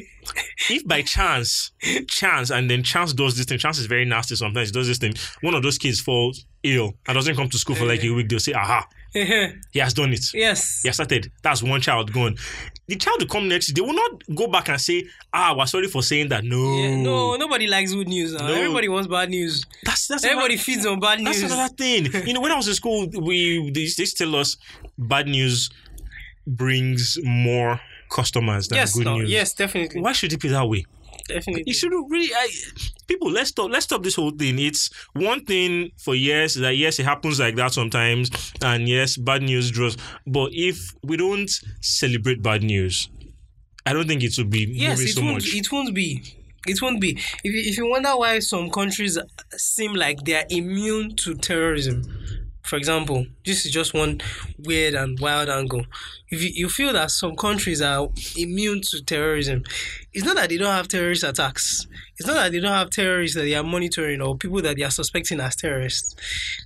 Speaker 1: if by chance, chance, and then chance does this thing, chance is very nasty sometimes, he does this thing. One of those kids falls ill and doesn't come to school for like a week, they'll say, aha,
Speaker 2: then,
Speaker 1: he has done it.
Speaker 2: yes,
Speaker 1: He has started. That's one child gone. the child will come next. They will not go back and say, "Ah, we're sorry for saying that." No,
Speaker 2: Yeah, no, nobody likes good news. huh?
Speaker 1: No.
Speaker 2: Everybody wants bad news.
Speaker 1: That's that's
Speaker 2: Everybody
Speaker 1: another-
Speaker 2: feeds on bad
Speaker 1: That's
Speaker 2: news.
Speaker 1: another thing. You know, when I was in school, we they, they used to tell us bad news brings more customers than
Speaker 2: yes,
Speaker 1: good
Speaker 2: no,
Speaker 1: news.
Speaker 2: yes, definitely,
Speaker 1: Why should it be that way?
Speaker 2: definitely.
Speaker 1: You shouldn't really. I, people, let's stop. Let's stop this whole thing. It's one thing for yes that yes it happens like that sometimes, and yes bad news draws. But if we don't celebrate bad news, I don't think it will be
Speaker 2: yes,
Speaker 1: moving
Speaker 2: it
Speaker 1: so
Speaker 2: won't.
Speaker 1: much.
Speaker 2: It won't be. It won't be. If you, if you wonder why some countries seem like they are immune to terrorism, for example, this is just one weird and wild angle. If you, you feel that some countries are immune to terrorism, it's not that they don't have terrorist attacks. It's not that they don't have terrorists that they are monitoring or people that they are suspecting as terrorists.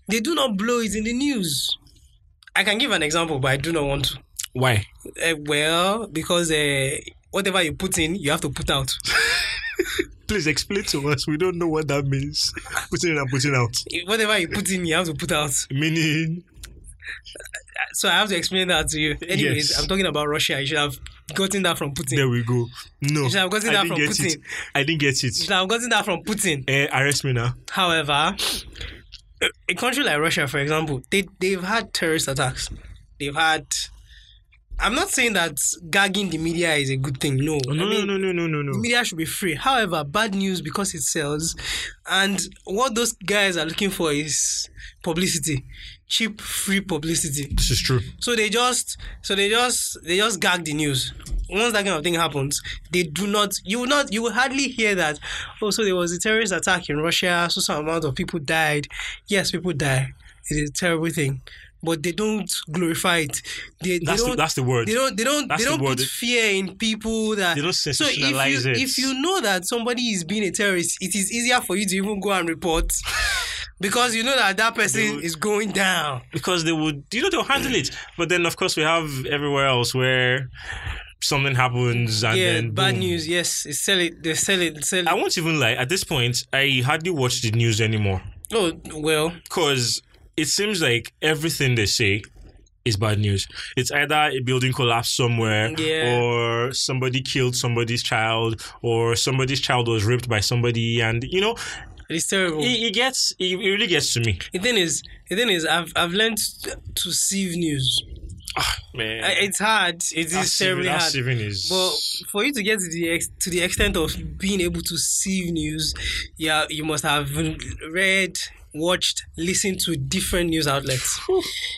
Speaker 2: They do not blow it in the news. I can give an example, but I do not want to.
Speaker 1: Why?
Speaker 2: Uh, well, because uh, whatever you put in, you have to put out.
Speaker 1: Please explain to us. We don't know what that means. putting in and putting out.
Speaker 2: whatever you put in, you have to put out.
Speaker 1: Meaning,
Speaker 2: So I have to explain that to you. Anyways,
Speaker 1: Yes.
Speaker 2: I'm talking about Russia. You should have gotten that from Putin.
Speaker 1: there we go. No,
Speaker 2: should have gotten that from
Speaker 1: get it.
Speaker 2: Putin.
Speaker 1: I didn't get
Speaker 2: You
Speaker 1: it.
Speaker 2: should have gotten that from Putin.
Speaker 1: Eh, arrest me now.
Speaker 2: However, a- a country like Russia, for example, they they've had terrorist attacks. They've had. I'm not saying that gagging the media is a good thing. No,
Speaker 1: No,
Speaker 2: I mean,
Speaker 1: no, no, no, no, no,
Speaker 2: the
Speaker 1: no.
Speaker 2: media should be free. However, bad news because it sells, and what those guys are looking for is publicity, cheap free publicity.
Speaker 1: This is true.
Speaker 2: So they just so they just they just gag the news. Once that kind of thing happens, they do not you will not you will hardly hear that. Oh, so there was a terrorist attack in Russia, so some amount of people died. Yes, people die. It is a terrible thing. But they don't glorify it. They, they
Speaker 1: That's the,
Speaker 2: don't
Speaker 1: that's the word.
Speaker 2: they don't they don't
Speaker 1: That's
Speaker 2: they
Speaker 1: the
Speaker 2: don't
Speaker 1: word.
Speaker 2: put fear in people that
Speaker 1: They don't
Speaker 2: so if you
Speaker 1: sensationalize it.
Speaker 2: if you know that somebody is being a terrorist it is easier for you to even go and report because you know that that person
Speaker 1: Dude.
Speaker 2: is going down
Speaker 1: because they would you know they'll handle it but then of course we have everywhere else where something happens and
Speaker 2: yeah
Speaker 1: then
Speaker 2: bad
Speaker 1: boom.
Speaker 2: news yes it's sell it they sell it sell it
Speaker 1: i won't even lie at this point i hardly watch the news anymore
Speaker 2: oh well
Speaker 1: because it seems like everything they say is bad news. It's either a building collapsed somewhere,
Speaker 2: Yeah.
Speaker 1: or somebody killed somebody's child, or somebody's child was raped by somebody, and you know,
Speaker 2: it's terrible
Speaker 1: it, it gets, it, it really gets to me.
Speaker 2: the thing is the thing is i've i've learned to- to sieve news
Speaker 1: Ah, Man,
Speaker 2: I- it's hard it
Speaker 1: That
Speaker 2: is
Speaker 1: sieving-
Speaker 2: terribly
Speaker 1: that
Speaker 2: hard
Speaker 1: sieving is-
Speaker 2: But for you to get to the ex- to the extent of being able to see news, yeah, you must have read, watched, listened to different news outlets.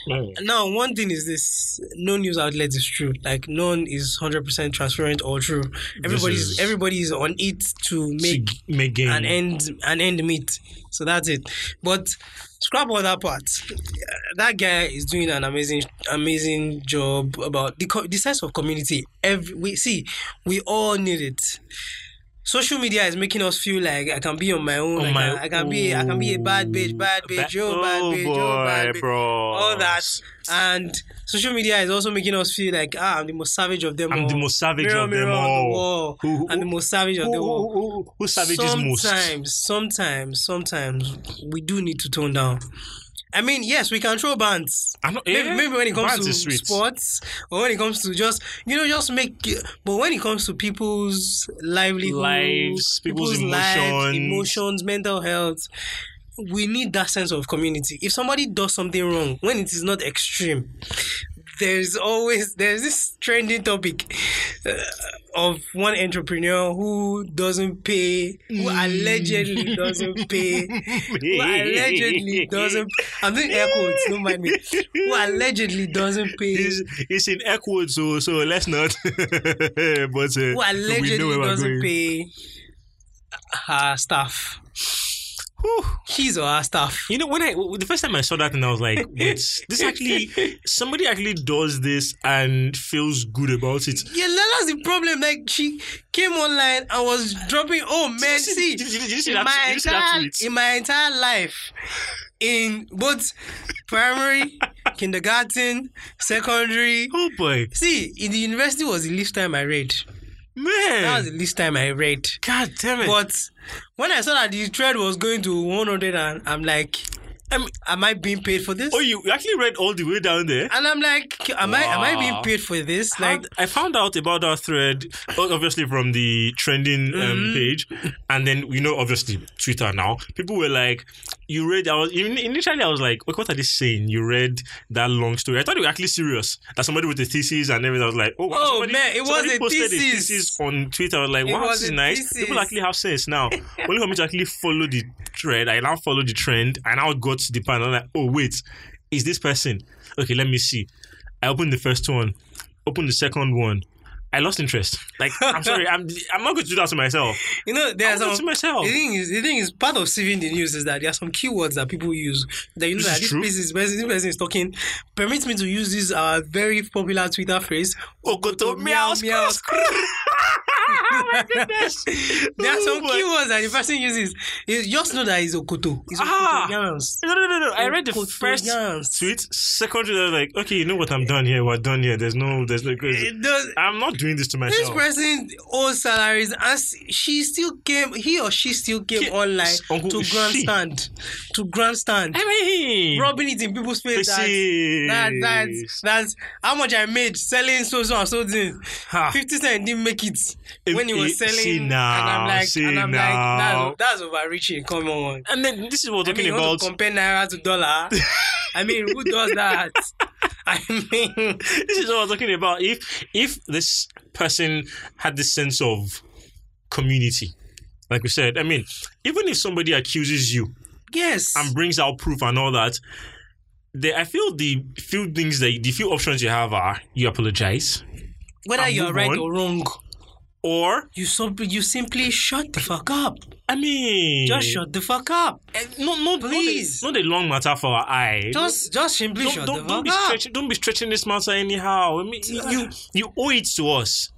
Speaker 1: Man.
Speaker 2: Now, one thing is this: no news outlet is true. Like none is hundred percent transparent or true. Everybody's
Speaker 1: is-
Speaker 2: everybody's on it to make
Speaker 1: Sig- make game.
Speaker 2: an end an end meet. So that's it. But scrap all that part. That guy is doing an amazing amazing job about the co- the sense of community. Every we see, we all need it. Social media is making us feel like I can be on Oh my own.
Speaker 1: On
Speaker 2: I,
Speaker 1: my-
Speaker 2: can, I can be I can be a bad bitch, bad
Speaker 1: Ba-
Speaker 2: bitch, yo, bad
Speaker 1: oh
Speaker 2: bitch,
Speaker 1: boy,
Speaker 2: yo, bad bitch.
Speaker 1: bro.
Speaker 2: All that and social media is also making us feel like ah, I'm the most savage of them
Speaker 1: I'm
Speaker 2: all.
Speaker 1: the most savage
Speaker 2: mirror,
Speaker 1: of
Speaker 2: mirror
Speaker 1: them
Speaker 2: on the
Speaker 1: all.
Speaker 2: wall.
Speaker 1: Who- who-
Speaker 2: I'm the most savage of
Speaker 1: Who,
Speaker 2: them all
Speaker 1: who, who, who- who savages most?
Speaker 2: sometimes, sometimes, sometimes we do need to tone down. I mean, yes, we control bands.
Speaker 1: I'm not, eh?
Speaker 2: Maybe,
Speaker 1: yeah,
Speaker 2: maybe when it comes
Speaker 1: Vans
Speaker 2: to
Speaker 1: is sweet.
Speaker 2: sports or when it comes to just you know just make but when it comes to people's livelihood
Speaker 1: Lives, people's emotions.
Speaker 2: emotions mental health we need that sense of community if somebody does something wrong when it is not extreme there's always there's this trending topic uh, of one entrepreneur who doesn't pay who
Speaker 1: Mm.
Speaker 2: allegedly doesn't pay who allegedly doesn't I'm doing air quotes, don't mind me. Who allegedly doesn't pay
Speaker 1: It's, it's in Eckwood, so so let's not. but uh,
Speaker 2: who
Speaker 1: we know
Speaker 2: allegedly
Speaker 1: where we're
Speaker 2: doesn't
Speaker 1: going.
Speaker 2: pay her staff.
Speaker 1: Whew.
Speaker 2: His or her staff.
Speaker 1: You know, when I w- the first time I saw that, and I was like, "Wait, this actually somebody actually does this and feels good about it."
Speaker 2: Yeah, that was the problem. Like she came online and was dropping oh man,
Speaker 1: see-
Speaker 2: see
Speaker 1: did you- did you see
Speaker 2: in
Speaker 1: that-
Speaker 2: my
Speaker 1: did you see that
Speaker 2: entire
Speaker 1: tweet?
Speaker 2: in my entire life in both primary, kindergarten, secondary.
Speaker 1: Oh boy,
Speaker 2: See, in the university was the least time I read.
Speaker 1: man!
Speaker 2: That was the least time I read.
Speaker 1: God damn it!
Speaker 2: But when I saw that the trend was going to 100, and I'm like,
Speaker 1: I mean,
Speaker 2: Am I being paid for this?
Speaker 1: oh, you you actually read all the way down there.
Speaker 2: And I'm like, am I am I being
Speaker 1: Wow.
Speaker 2: paid for this?
Speaker 1: How-
Speaker 2: Like,
Speaker 1: I found out about that thread, o- obviously from the trending
Speaker 2: Mm-hmm.
Speaker 1: um, page, and then you know, obviously Twitter now. People were like, "You read?" I was in- initially, I was like, "Wait, what are they saying?" You read that long story. I thought it was actually serious. That somebody with a thesis and everything. I was like, "Oh, wow,
Speaker 2: Oh,
Speaker 1: somebody-
Speaker 2: man, it was
Speaker 1: somebody
Speaker 2: a
Speaker 1: posted
Speaker 2: thesis.
Speaker 1: a thesis on Twitter." I was like,
Speaker 2: It
Speaker 1: "Wow,
Speaker 2: was
Speaker 1: this is
Speaker 2: a
Speaker 1: nice."
Speaker 2: thesis.
Speaker 1: People actually have sense now. Only for me to actually follow the thread, I now follow the trend, and now got to the panel. I'm like, "Oh, wait, is this person?" Okay, let me see. I opened the first one, opened the second one. I lost interest. Like I'm sorry, I'm I'm not going to do that to myself.
Speaker 2: you know,
Speaker 1: I
Speaker 2: there's
Speaker 1: will do it to
Speaker 2: some.
Speaker 1: myself.
Speaker 2: The thing is, the thing is, part of saving the news is that there are some keywords that people use that you know
Speaker 1: This
Speaker 2: that
Speaker 1: is
Speaker 2: this
Speaker 1: true.
Speaker 2: person, this person- this person is talking. Permit me to use this uh, very popular Twitter phrase.
Speaker 1: Oh Okoto meow meow.
Speaker 2: meow.
Speaker 1: screw. Oh my goodness.
Speaker 2: There are
Speaker 1: Oh
Speaker 2: some
Speaker 1: my-
Speaker 2: keywords that the person uses. You just know that it's Okoto. It's Okoto
Speaker 1: Ah.
Speaker 2: yams.
Speaker 1: No, no, no, no. I read the
Speaker 2: Okoto
Speaker 1: first
Speaker 2: yams.
Speaker 1: tweet. Second tweet, I was like, okay, you know what? I'm done here. We're done here. There's no, there's no crazy.
Speaker 2: It does,
Speaker 1: I'm not doing this to
Speaker 2: this
Speaker 1: myself.
Speaker 2: person owes salaries and s- she still came he or she still came
Speaker 1: Ki-
Speaker 2: online
Speaker 1: Uncle,
Speaker 2: to
Speaker 1: she.
Speaker 2: grandstand to grandstand
Speaker 1: I mean,
Speaker 2: rubbing it in people's face that, that, that,
Speaker 1: faces.
Speaker 2: that's how much i made selling so so and so thing
Speaker 1: Ha.
Speaker 2: 50 cent didn't make it
Speaker 1: If-
Speaker 2: when he was
Speaker 1: Ah. eh,
Speaker 2: selling
Speaker 1: see
Speaker 2: and
Speaker 1: now,
Speaker 2: i'm like
Speaker 1: see
Speaker 2: and i'm
Speaker 1: now.
Speaker 2: like that's, that's overreaching come on
Speaker 1: And then this is what
Speaker 2: I
Speaker 1: we're
Speaker 2: mean,
Speaker 1: talking
Speaker 2: you want
Speaker 1: about.
Speaker 2: to compare naira to dollar i mean who does that i mean
Speaker 1: this is what I'm talking about. If if this person had this sense of community, like we said, I mean, even if somebody accuses you
Speaker 2: yes
Speaker 1: and brings out proof and all that, the, I feel the few things that the few options you have are you apologize
Speaker 2: whether
Speaker 1: and
Speaker 2: you're
Speaker 1: move
Speaker 2: right
Speaker 1: on.
Speaker 2: or wrong
Speaker 1: or
Speaker 2: You so you simply shut the fuck up.
Speaker 1: I mean,
Speaker 2: Just shut the fuck up.
Speaker 1: No, no,
Speaker 2: Please.
Speaker 1: not a, not a long matter for our eye.
Speaker 2: Just just simply
Speaker 1: don't,
Speaker 2: shut
Speaker 1: don't,
Speaker 2: the
Speaker 1: don't
Speaker 2: fuck
Speaker 1: be
Speaker 2: up.
Speaker 1: stretching don't be stretching this matter anyhow. I mean, you you- you owe it to us.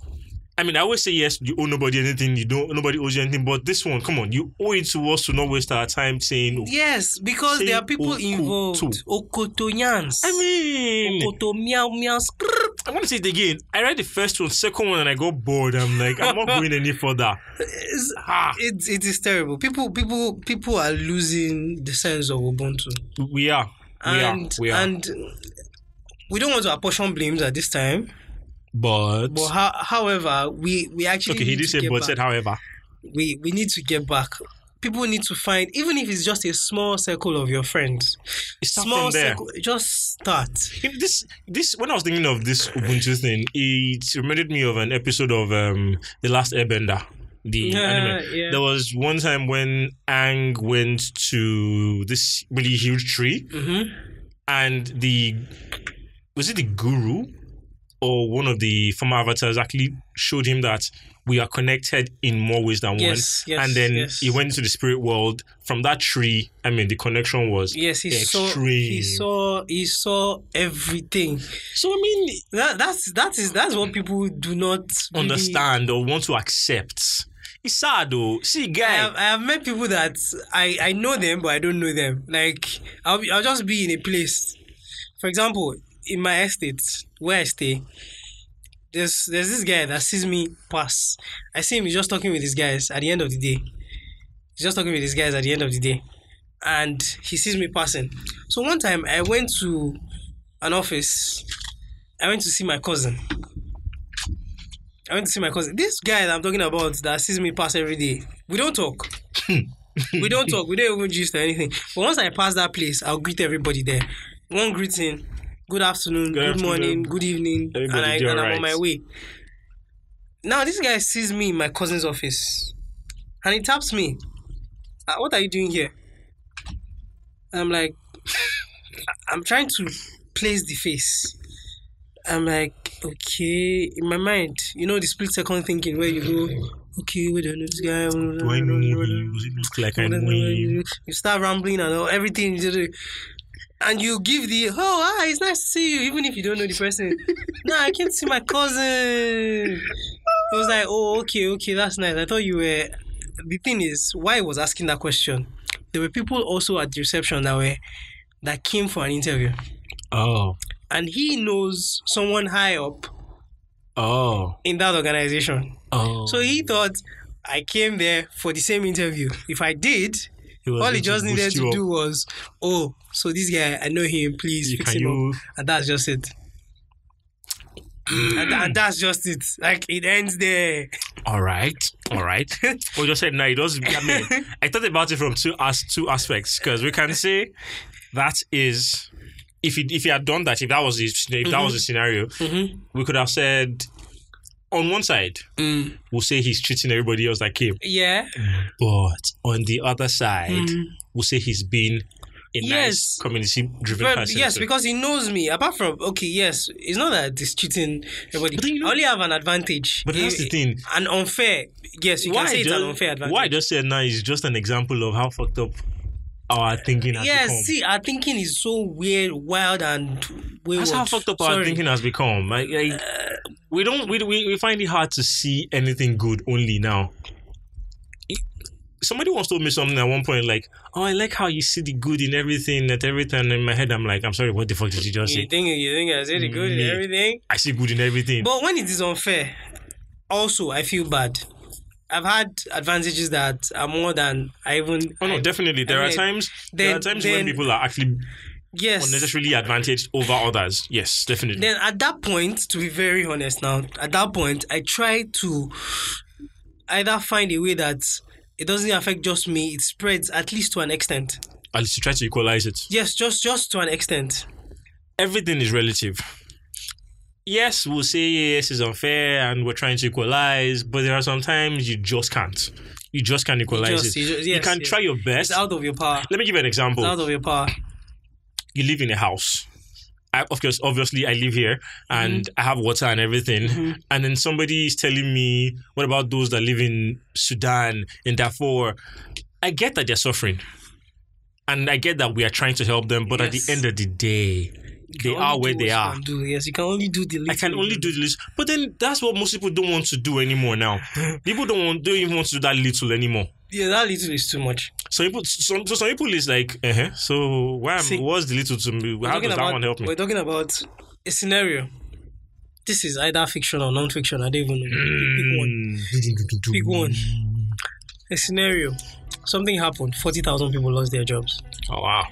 Speaker 1: I mean, I always say yes, you owe nobody anything, you don't nobody owes you anything, but this one, come on, you owe it to us to not waste our time saying
Speaker 2: Yes, because
Speaker 1: Say
Speaker 2: there are people
Speaker 1: Okoto.
Speaker 2: involved. Okotonyans.
Speaker 1: I mean
Speaker 2: Okoto meow meow. skrrr.
Speaker 1: I want to say it again. I read the first one, second one, and I got bored. I'm like, I'm not going any further.
Speaker 2: It's-
Speaker 1: Ah,
Speaker 2: It, it is terrible. People people people are losing the sense of Ubuntu.
Speaker 1: we are. We
Speaker 2: And
Speaker 1: are. We are.
Speaker 2: and we don't want to apportion blames at this time.
Speaker 1: but,
Speaker 2: But how, however, we we actually
Speaker 1: okay, he
Speaker 2: need
Speaker 1: did
Speaker 2: to
Speaker 1: say
Speaker 2: get
Speaker 1: but
Speaker 2: back.
Speaker 1: said however.
Speaker 2: we we need to get back. People need to find, even if it's just a small circle of your friends.
Speaker 1: Start
Speaker 2: small
Speaker 1: from there.
Speaker 2: circle, just start.
Speaker 1: You know, this this when I was thinking of this Ubuntu thing, it reminded me of an episode of um the last Airbender. The
Speaker 2: Yeah,
Speaker 1: anime.
Speaker 2: uh, yeah.
Speaker 1: There was one time when Ang went to this really huge tree,
Speaker 2: Mm-hmm.
Speaker 1: and the was it the guru or one of the former avatars actually showed him that we are connected in more ways than
Speaker 2: Yes,
Speaker 1: one.
Speaker 2: yes,
Speaker 1: and then
Speaker 2: yes.
Speaker 1: he went into the spirit world from that tree. I mean, the connection was
Speaker 2: Yes, he saw. He
Speaker 1: extreme.
Speaker 2: saw. He saw everything.
Speaker 1: so I mean,
Speaker 2: That, that's that is that's what people do not really-
Speaker 1: understand or want to accept. It's sad though. See,
Speaker 2: I
Speaker 1: guy,
Speaker 2: have, I have met people that I, I know them but I don't know them. Like I'll be, I'll just be in a place. For example, in my estate where I stay, there's there's this guy that sees me pass. I see him he's just talking with these guys at the end of the day. He's just talking with these guys at the end of the day. And he sees me passing. So one time I went to an office. I went to see my cousin. I went to see my cousin. This guy that I'm talking about that sees me pass every day, we don't talk. we don't talk. We don't even gist or anything. But once I pass that place, I'll greet everybody there. One greeting. Good afternoon, good,
Speaker 1: Good afternoon.
Speaker 2: morning, good evening.
Speaker 1: Everybody
Speaker 2: and I,
Speaker 1: do
Speaker 2: and I'm
Speaker 1: alright.
Speaker 2: on my way. Now this guy sees me in my cousin's office. And he taps me. "Ah, what are you doing here? I'm like, I'm trying to place the face. I'm like, okay, in my mind, you know, the split second thinking where you go, okay, wait, I know this guy.
Speaker 1: do I know you? Does it look like I know you?
Speaker 2: uh, You start rambling and all, everything, you do. and you give the oh ah, it's nice to see you, even if you don't know the person. no, I came to see my cousin. I was like, oh, okay, okay, that's nice. I thought you were. The thing is, why I was asking that question, there were people also at the reception that were that came for an interview,
Speaker 1: Oh,
Speaker 2: and he knows someone high up
Speaker 1: oh,
Speaker 2: in that organization.
Speaker 1: oh.
Speaker 2: So he thought I came there for the same interview. If I did,
Speaker 1: He was
Speaker 2: All he
Speaker 1: there to
Speaker 2: just
Speaker 1: boost
Speaker 2: needed
Speaker 1: you
Speaker 2: to
Speaker 1: up.
Speaker 2: do was, oh, so this guy, I know him, please
Speaker 1: You-
Speaker 2: fix
Speaker 1: Can
Speaker 2: him up.
Speaker 1: you?
Speaker 2: And that's just it. and, and that's just it. Like, it ends there.
Speaker 1: All right, all right. we just said no. It does. I mean, I thought about it from two as two aspects because we can say that is if he if he had done that if that was the if
Speaker 2: Mm-hmm.
Speaker 1: that was the scenario we could have said on one side
Speaker 2: Mm.
Speaker 1: we'll say he's treating everybody else like him
Speaker 2: Yeah.
Speaker 1: but on the other side we'll say he's been a
Speaker 2: Hmm. Yes.
Speaker 1: nice community driven
Speaker 2: But
Speaker 1: person
Speaker 2: yes,
Speaker 1: So-
Speaker 2: because he knows me. Apart from, okay, yes, it's not that he's cheating everybody.
Speaker 1: But then you know-
Speaker 2: I only have an advantage. Eh,
Speaker 1: But that's the thing.
Speaker 2: An unfair. Yes, you
Speaker 1: why
Speaker 2: can say it's
Speaker 1: just,
Speaker 2: an unfair advantage.
Speaker 1: why I just said now is just an example of how fucked up our thinking has
Speaker 2: Yes,
Speaker 1: become
Speaker 2: see, our thinking is so weird, wild, and wayward.
Speaker 1: That's how fucked up our
Speaker 2: Sorry. Uh,
Speaker 1: thinking has become. Like, like, we don't, we, we, we find it hard to see anything good only now. It- Somebody once told me something at one point, like, "Oh, I like how you see the good in everything." At everything in my head, I'm like, "I'm sorry, what the fuck did you just
Speaker 2: You
Speaker 1: say?"
Speaker 2: think you think I said it good and
Speaker 1: Me.
Speaker 2: everything,
Speaker 1: I see good in everything.
Speaker 2: but when it is unfair, also I feel bad. I've had advantages that are more than I even.
Speaker 1: oh no, definitely. There are
Speaker 2: then-
Speaker 1: times. there are
Speaker 2: then-
Speaker 1: times when
Speaker 2: then-
Speaker 1: people are actually
Speaker 2: Yes.
Speaker 1: unnecessarily advantaged over others. Yes, definitely.
Speaker 2: Then at that point, to be very honest, now at that point, I try to either find a way that it doesn't affect just me; it spreads at least to an extent.
Speaker 1: At least you try to equalize it.
Speaker 2: Yes, just just to an extent.
Speaker 1: everything is relative. Yes, we'll say yes is unfair and we're trying to equalize, but there are some times you just can't. You just can't equalize
Speaker 2: just-
Speaker 1: it.
Speaker 2: you
Speaker 1: You,
Speaker 2: just- yes,
Speaker 1: can
Speaker 2: yes.
Speaker 1: try your best.
Speaker 2: It's out of your power.
Speaker 1: Let me give you an
Speaker 2: It's out
Speaker 1: example.
Speaker 2: of your power.
Speaker 1: You live in a house. I, of course, obviously, I live here and
Speaker 2: Mm-hmm.
Speaker 1: I have water and everything. And then somebody is telling me, "What about those that live in Sudan, in Darfur?" I get that they're suffering, and I get that we are trying to help them. But at
Speaker 2: Yes.
Speaker 1: the end of the day, they
Speaker 2: can
Speaker 1: are
Speaker 2: only
Speaker 1: where
Speaker 2: do
Speaker 1: they
Speaker 2: what you
Speaker 1: are.
Speaker 2: can do. Yes, you can only do the.
Speaker 1: I
Speaker 2: little
Speaker 1: can
Speaker 2: you
Speaker 1: only
Speaker 2: do.
Speaker 1: do the little. But then that's what most people don't want to do anymore now. people don't want don't even want to do that little anymore.
Speaker 2: Yeah, that little is too much.
Speaker 1: Some people, some, so some people is like, uh-huh, so why? am-
Speaker 2: See,
Speaker 1: what's the little to me? How
Speaker 2: talking
Speaker 1: does
Speaker 2: about-
Speaker 1: that one help me?
Speaker 2: We're talking about a scenario. This is either fiction or non-fiction. I don't even know. Pick one. Mm-hmm.
Speaker 1: Mm.
Speaker 2: Pick one. A scenario. Something happened. Forty thousand people lost their jobs.
Speaker 1: Oh wow!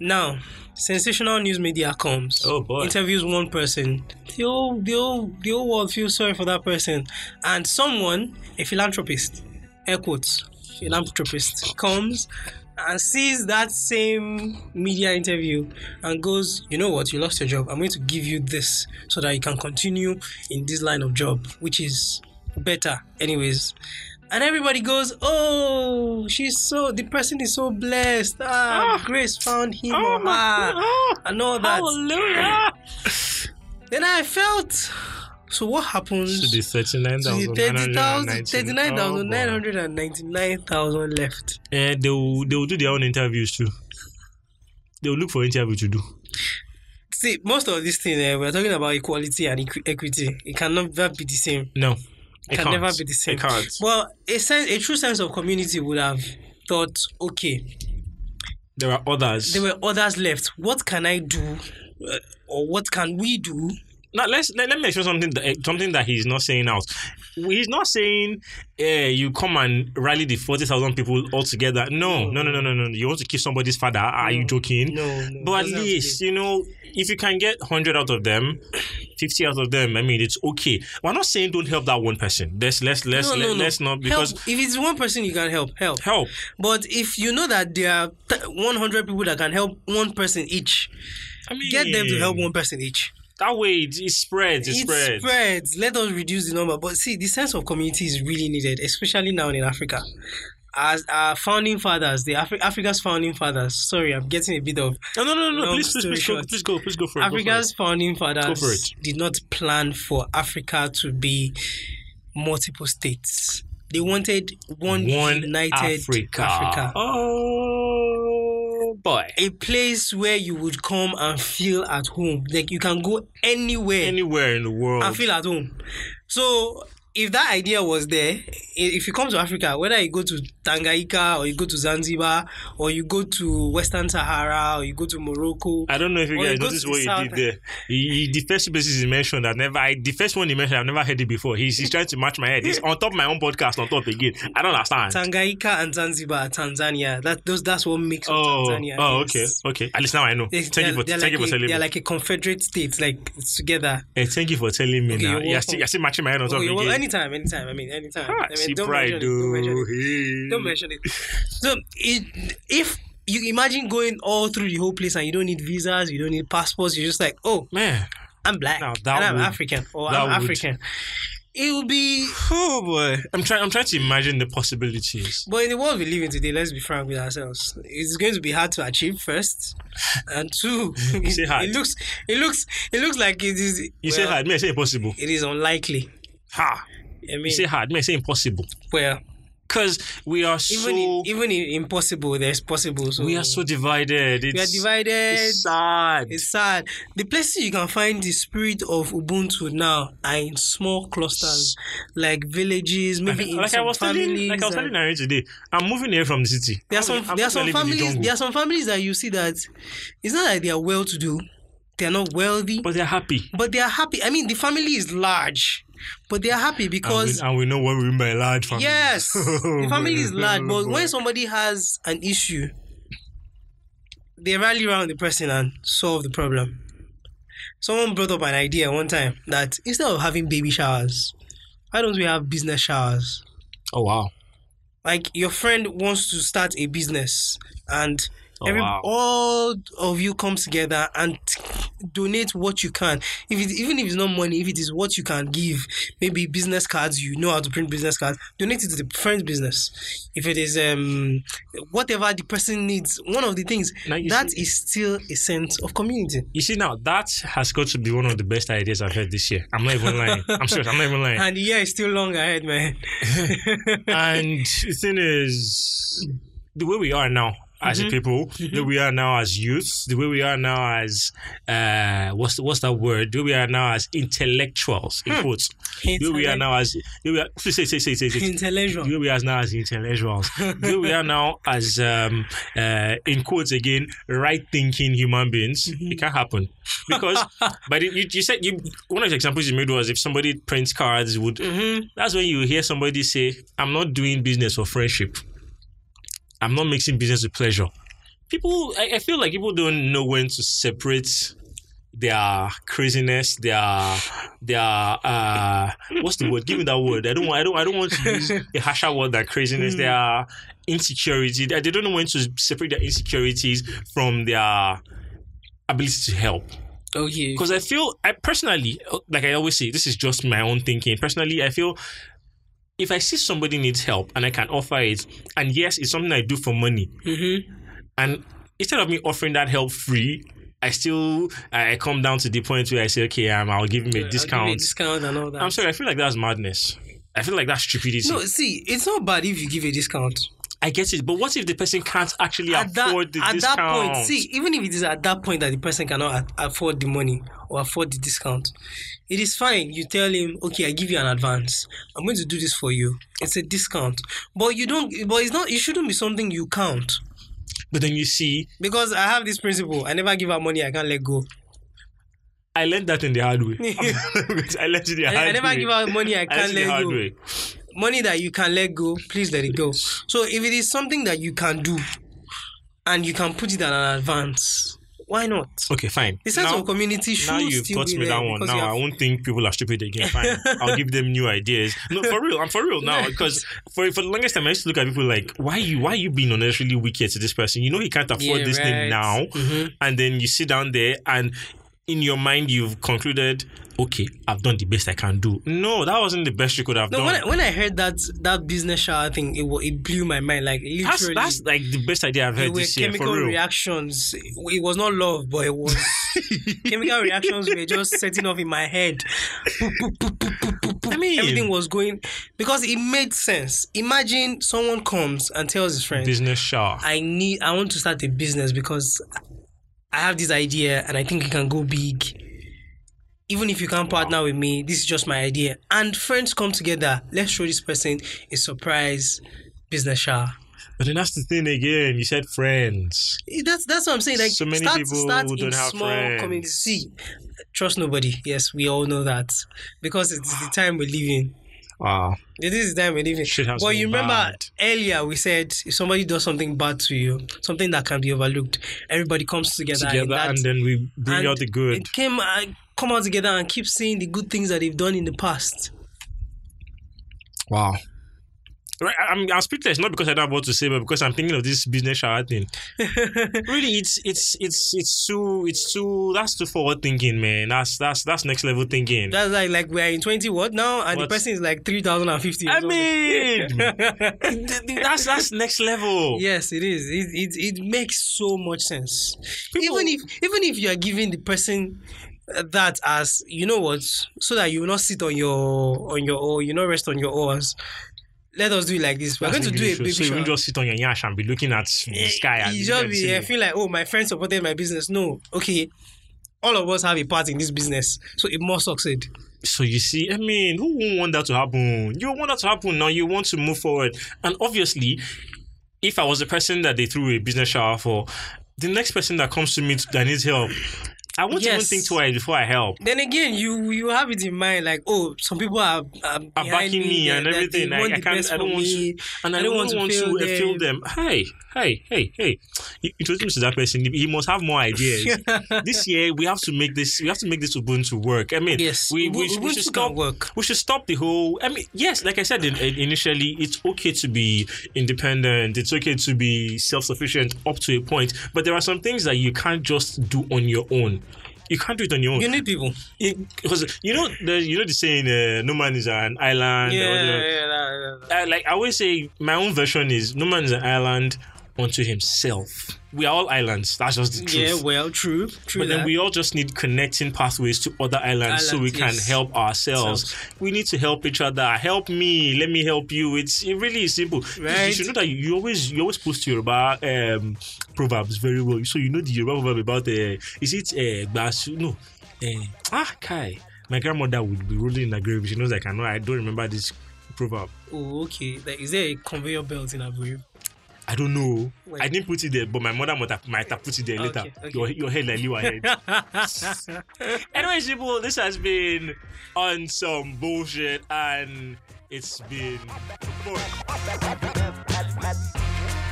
Speaker 2: Now, sensational news media comes.
Speaker 1: Oh, boy.
Speaker 2: Interviews one person. The whole, the whole, the whole world feels sorry for that person. And someone, a philanthropist, air quotes, philanthropist, comes and sees that same media interview and goes, you know what, you lost your job. I'm going to give you this so that you can continue in this line of job, which is better, anyways. And everybody goes, oh, she's so, the person is so blessed. Ah, Grace found him or her and all that.
Speaker 1: Hallelujah!
Speaker 2: Then I felt. So what happens
Speaker 1: To
Speaker 2: to
Speaker 1: the thirty-nine
Speaker 2: the
Speaker 1: thousand
Speaker 2: 30,000 39,999,000 left?
Speaker 1: Eh, they will they will do their own interviews too. They will look for interview to do.
Speaker 2: See, most of this thing, eh, we're talking about equality and equi- equity. It can never be the same.
Speaker 1: No,
Speaker 2: It
Speaker 1: it
Speaker 2: can
Speaker 1: can't.
Speaker 2: never be the same.
Speaker 1: It can't.
Speaker 2: Well, a, sense, a true sense of community would have thought, okay,
Speaker 1: There are others.
Speaker 2: there were others left. What can I do? Uh, or what can we do?
Speaker 1: Now let's let, let me explain something that eh, something that he's not saying out. He's not saying eh, you come and rally the forty thousand people all together. No, no, no, no, no, no. You want to kill somebody's father? Are you joking?
Speaker 2: No, no,
Speaker 1: But at
Speaker 2: doesn't have to
Speaker 1: least you know if you can get hundred out of them, fifty out of them. I mean, it's okay. We're not saying don't help that one person. Let's let's let's
Speaker 2: No,
Speaker 1: let,
Speaker 2: no, no.
Speaker 1: let's not because
Speaker 2: help. if it's one person you can help, help.
Speaker 1: help.
Speaker 2: But if you know that there are th- 100 people that can help one person each,
Speaker 1: I mean,
Speaker 2: get them to help one person each.
Speaker 1: That way it, it spreads. It,
Speaker 2: It
Speaker 1: spreads.
Speaker 2: spreads. Let us reduce the number. But see, the sense of community is really needed, especially now in Africa. As our founding fathers, the Afri- Africa's founding fathers. Sorry, I'm getting a bit of
Speaker 1: No, no, no, no.
Speaker 2: Long
Speaker 1: please, please,
Speaker 2: story
Speaker 1: please go,
Speaker 2: short.
Speaker 1: please go, please go for it. go for it.
Speaker 2: Africa's founding
Speaker 1: Go for
Speaker 2: fathers
Speaker 1: it.
Speaker 2: did not plan for Africa to be multiple states. They wanted one,
Speaker 1: one
Speaker 2: united
Speaker 1: Africa.
Speaker 2: Africa.
Speaker 1: Oh boy.
Speaker 2: a place where you would come and feel at home. Like you can go anywhere
Speaker 1: Anywhere in the world.
Speaker 2: and feel at home. So it if that idea was there, i- if you come to Africa, whether you go to Tanganyika or you go to Zanzibar or you go to Western Sahara or you go to Morocco,
Speaker 1: I don't know if you
Speaker 2: Or
Speaker 1: guys
Speaker 2: it goes
Speaker 1: noticed
Speaker 2: to
Speaker 1: what he
Speaker 2: South-
Speaker 1: did there. He, he- the first basis he mentioned, I never, I, the first one he mentioned, I've never heard it before. He's, he's trying to match my head. He's on top of my own podcast, on top again. I don't understand.
Speaker 2: Tanganyika and Zanzibar, are Tanzania. That those that's what makes what
Speaker 1: oh,
Speaker 2: Tanzania.
Speaker 1: oh,
Speaker 2: is.
Speaker 1: okay, okay. At least now I know.
Speaker 2: They-
Speaker 1: Thank
Speaker 2: they're-
Speaker 1: you for,
Speaker 2: they're
Speaker 1: thank
Speaker 2: like
Speaker 1: you for
Speaker 2: a-
Speaker 1: telling me.
Speaker 2: They're like a confederate state, like it's together.
Speaker 1: Eh, thank you for telling me
Speaker 2: Okay,
Speaker 1: now.
Speaker 2: you're
Speaker 1: You're still,
Speaker 2: welcome.
Speaker 1: you're still matching my head on top
Speaker 2: Okay,
Speaker 1: again.
Speaker 2: well, anytime, anytime. I mean, anytime.
Speaker 1: Ah,
Speaker 2: I mean,
Speaker 1: see
Speaker 2: don't
Speaker 1: pride,
Speaker 2: mention it, don't mention it.
Speaker 1: oh,
Speaker 2: Don't
Speaker 1: hey.
Speaker 2: mention it. So, it, if you imagine going all through the whole place and you don't need visas, you don't need passports, you're just like, oh,
Speaker 1: Man,
Speaker 2: I'm black
Speaker 1: Now,
Speaker 2: and
Speaker 1: that
Speaker 2: I'm
Speaker 1: would-
Speaker 2: African or
Speaker 1: that
Speaker 2: I'm
Speaker 1: would-
Speaker 2: African. It would be,
Speaker 1: oh boy, I'm trying. I'm trying to imagine the possibilities.
Speaker 2: but in the world we live in today, let's be frank with ourselves. It's going to be hard to achieve first, and two, it,
Speaker 1: say hard.
Speaker 2: it looks, it looks, it looks like it is.
Speaker 1: You
Speaker 2: well,
Speaker 1: say hard, me I say impossible.
Speaker 2: It is unlikely.
Speaker 1: Ha!
Speaker 2: I mean,
Speaker 1: You say hard, me I say impossible.
Speaker 2: well,
Speaker 1: Because we are
Speaker 2: even
Speaker 1: so
Speaker 2: in, even in impossible, there's possible. So
Speaker 1: we are so divided. It's,
Speaker 2: we are divided.
Speaker 1: It's sad.
Speaker 2: It's sad. The places you can find the spirit of Ubuntu now are in small clusters, like villages, maybe in
Speaker 1: like
Speaker 2: some
Speaker 1: I was
Speaker 2: families.
Speaker 1: telling, like I was
Speaker 2: and-
Speaker 1: telling Naren today, I'm moving here from the city.
Speaker 2: there are some
Speaker 1: I'm
Speaker 2: there
Speaker 1: not
Speaker 2: are some
Speaker 1: living in the
Speaker 2: families
Speaker 1: jungle.
Speaker 2: there are some families that you see that it's not like they are well to do, they are not wealthy, but,
Speaker 1: but they're happy.
Speaker 2: they are happy. I mean, the family is large, but they are happy
Speaker 1: And
Speaker 2: because
Speaker 1: we, and we know what we mean by large family. Oh,
Speaker 2: yes, the family is large. But when somebody has an issue, they rally around the person and solve the problem. Someone brought up an idea one time that instead of having baby showers, why don't we have business showers?
Speaker 1: Oh wow.
Speaker 2: like your friend wants to start a business and
Speaker 1: Oh,
Speaker 2: every
Speaker 1: wow.
Speaker 2: all of you come together and donate what you can if it, even if it's not money if it is what you can give maybe business cards you know how to print business cards donate it to the friend's business if it is um whatever the person needs one of the things
Speaker 1: Now
Speaker 2: that
Speaker 1: you
Speaker 2: is still a sense of community
Speaker 1: You see now that has got to be one of the best ideas I've heard this year. I'm not even lying. I'm serious. I'm not even lying.
Speaker 2: and the year is still long ahead man
Speaker 1: and the thing is, the way we are now as a people, the way we are now as youths, the way we are now as uh, what's what's that word? The way we are now as intellectuals, in quotes. The way we are now as the way we are, say say say say say.
Speaker 2: intellectual
Speaker 1: The way we are now as intellectuals. the way we are now as um, uh, in quotes again, right-thinking human beings. It can't happen because. but you, you said you one of the examples you made was if somebody prints cards would
Speaker 2: mm-hmm.
Speaker 1: that's when you hear somebody say, I'm not doing business for friendship. I'm not mixing business with pleasure. People, I, I feel like people don't know when to separate their craziness, their their uh what's the word? Give me that word. I don't want I don't I don't want to use the harsher word than craziness, their insecurity. They they don't know when to separate their insecurities from their ability to help
Speaker 2: okay
Speaker 1: because I feel I personally, uh, like I always say, this is just my own thinking. Personally, I feel if I see somebody needs help and I can offer it, and yes, it's something I do for money,
Speaker 2: mm-hmm.
Speaker 1: and instead of me offering that help free. I still I I come down to the point where I say, okay, um, I'll give him a discount.
Speaker 2: discount and all that
Speaker 1: I'm sorry, I feel like that's madness. I feel like that's stupidity.
Speaker 2: No, see, it's not bad if you give a discount.
Speaker 1: I get it, but what if the person can't actually
Speaker 2: At that,
Speaker 1: afford the
Speaker 2: at
Speaker 1: discount?
Speaker 2: that point, see, even if it is at that point that the person cannot a- afford the money or afford the discount, it is fine. You tell him, okay, I give you an advance. I'm going to do this for you. It's a discount, but you don't. But it's not. It shouldn't be something you count
Speaker 1: but then you see,
Speaker 2: because I have this principle. I never give out money. I can't let go.
Speaker 1: I learned that in the hard way. I learned it the hard
Speaker 2: I, I
Speaker 1: way.
Speaker 2: never give out money. I
Speaker 1: I learned
Speaker 2: can't
Speaker 1: it the
Speaker 2: let
Speaker 1: hard
Speaker 2: go.
Speaker 1: way.
Speaker 2: money that you can let go, please let it go. So if it is something that you can do and you can put it at an advance, why not?
Speaker 1: Okay, fine.
Speaker 2: The sense
Speaker 1: Now-
Speaker 2: of community should
Speaker 1: now you've
Speaker 2: still
Speaker 1: got
Speaker 2: be
Speaker 1: me
Speaker 2: there
Speaker 1: that one.
Speaker 2: because
Speaker 1: Now
Speaker 2: you
Speaker 1: I
Speaker 2: have-
Speaker 1: won't think people are stupid again. Fine, I'll give them new ideas. No, for real. I'm for real now because for for the longest time I used to look at people like, why you why you being unnecessarily wicked to this person? You know he can't afford
Speaker 2: Yeah,
Speaker 1: this
Speaker 2: right. Mm-hmm.
Speaker 1: thing now, and then you sit down there and in your mind you've concluded, okay, I've done the best I can do. No, that wasn't the best you could have
Speaker 2: No,
Speaker 1: done.
Speaker 2: when I, when I heard that that business shower thing, it wa- it blew my mind. Like literally,
Speaker 1: that's that's like the best idea I've
Speaker 2: there
Speaker 1: heard
Speaker 2: were
Speaker 1: this year.
Speaker 2: chemical
Speaker 1: For real.
Speaker 2: reactions. It was not love, but it was chemical reactions were just setting off in my head. Poop, poop, poop, poop, poop, poop, poop.
Speaker 1: I mean-
Speaker 2: everything was going because it made sense. Imagine someone comes and tells his friend,
Speaker 1: Business shower.
Speaker 2: I need I want to start a business because I have this idea and I think it can go big. even if you can't partner with me, this is just my idea. And friends come together. Let's show this person a surprise business shower.
Speaker 1: But then that's the thing again. You said friends.
Speaker 2: Eh, That's that's what I'm saying. Like
Speaker 1: So many
Speaker 2: start,
Speaker 1: people
Speaker 2: start
Speaker 1: who
Speaker 2: in
Speaker 1: don't have
Speaker 2: small
Speaker 1: friends.
Speaker 2: communities. See, trust nobody. Yes, we all know that because it's the time we live in.
Speaker 1: Wow.
Speaker 2: This is the time we live in.
Speaker 1: Shit has
Speaker 2: but
Speaker 1: been
Speaker 2: you remember
Speaker 1: bad.
Speaker 2: earlier we said if somebody does something bad to you, something that can be overlooked, everybody comes together. in
Speaker 1: Together,
Speaker 2: that-
Speaker 1: and then we bring
Speaker 2: and
Speaker 1: out the good.
Speaker 2: It came, uh, come out together and keep seeing the good things that they've done in the past.
Speaker 1: Wow. Right, I- I'm, I'm speechless not because I don't have what to say, but because I'm thinking of this business shower thing. really, it's it's it's it's too it's too that's too forward thinking, man. That's that's that's next level thinking.
Speaker 2: That's like like we are in twenty what now, and
Speaker 1: What?
Speaker 2: the person is like three thousand and fifty.
Speaker 1: I mean, th- th- that's that's next level.
Speaker 2: Yes, it is. It, it, it makes so much sense.
Speaker 1: People-
Speaker 2: even if even if you are giving the person uh, that as you know what, so that you will not sit on your on your own, you not rest on your oars. Let us do it like this. We're
Speaker 1: That's
Speaker 2: going to do a
Speaker 1: English,
Speaker 2: baby
Speaker 1: so you
Speaker 2: shower. Eh,
Speaker 1: won't just sit on your yash and be looking at the sky. and
Speaker 2: You just
Speaker 1: and
Speaker 2: be
Speaker 1: say,
Speaker 2: I feel like oh my friend supported my business. No, okay, all of us have a part in this business, so it must succeed.
Speaker 1: So you see, I mean, who won't want that to happen? You want that to happen now. You want to move forward, and obviously, if I was the person that they threw a business shower for, the next person that comes to me to- that needs help, I won't even
Speaker 2: Yes.
Speaker 1: think twice before I help.
Speaker 2: Then again, you you have it in mind like oh some people are are, behind
Speaker 1: backing me
Speaker 2: yeah,
Speaker 1: and
Speaker 2: that they
Speaker 1: everything. I-
Speaker 2: want
Speaker 1: I
Speaker 2: the
Speaker 1: can't-
Speaker 2: best
Speaker 1: I don't
Speaker 2: for
Speaker 1: want to-
Speaker 2: me.
Speaker 1: And I,
Speaker 2: I
Speaker 1: don't
Speaker 2: don't
Speaker 1: want,
Speaker 2: want to
Speaker 1: to,
Speaker 2: fail
Speaker 1: uh, fail them. Hey, hey, hey, hey! You introduce me to that person. He must have more ideas. this year, we have to make this. We have to make this Ubuntu work. I mean,
Speaker 2: Yes,
Speaker 1: we, we,
Speaker 2: Ubu-
Speaker 1: we
Speaker 2: Ubuntu
Speaker 1: should
Speaker 2: can
Speaker 1: stop
Speaker 2: work.
Speaker 1: we should stop the whole i mean yes like i said in, in- initially it's okay to be independent it's okay to be self-sufficient up to a point but there are some things that you can't just do on your own you can't do it on your own
Speaker 2: You need people.
Speaker 1: because you know the you know the saying uh, no man is an island or the- I, like I always say, my own version is no man is an island unto himself. We are all islands. That's just the truth.
Speaker 2: Yeah, well, true, true.
Speaker 1: But then
Speaker 2: that.
Speaker 1: we all just need connecting pathways to other islands so we
Speaker 2: Islands,
Speaker 1: can
Speaker 2: yes.
Speaker 1: help ourselves. We need to help each other. Help me, let me help you. It's it really is simple. 'Cause You
Speaker 2: Right.
Speaker 1: should know that you, you always you always post Yoruba um, proverbs very well. So you know the Yoruba proverb about uh, is it uh, gbasu? No, uh, ah kai. My grandmother would be rolling in her grave. She knows I cannot. I don't remember this proverb.
Speaker 2: oh, okay. Like, is there a conveyor belt in our grave?
Speaker 1: I don't know.
Speaker 2: Wait.
Speaker 1: I didn't put it there, but my mother might have, might have put it there later.
Speaker 2: Okay, okay.
Speaker 1: Your, your head like Liwa head. Anyways, people, this has been on some bullshit, and it's been.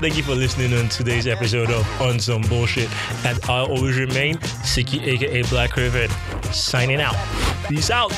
Speaker 4: Thank you for listening on today's episode of On Some Bullshit. And I always remain Siki, aka Black Rivet, signing out. Peace out.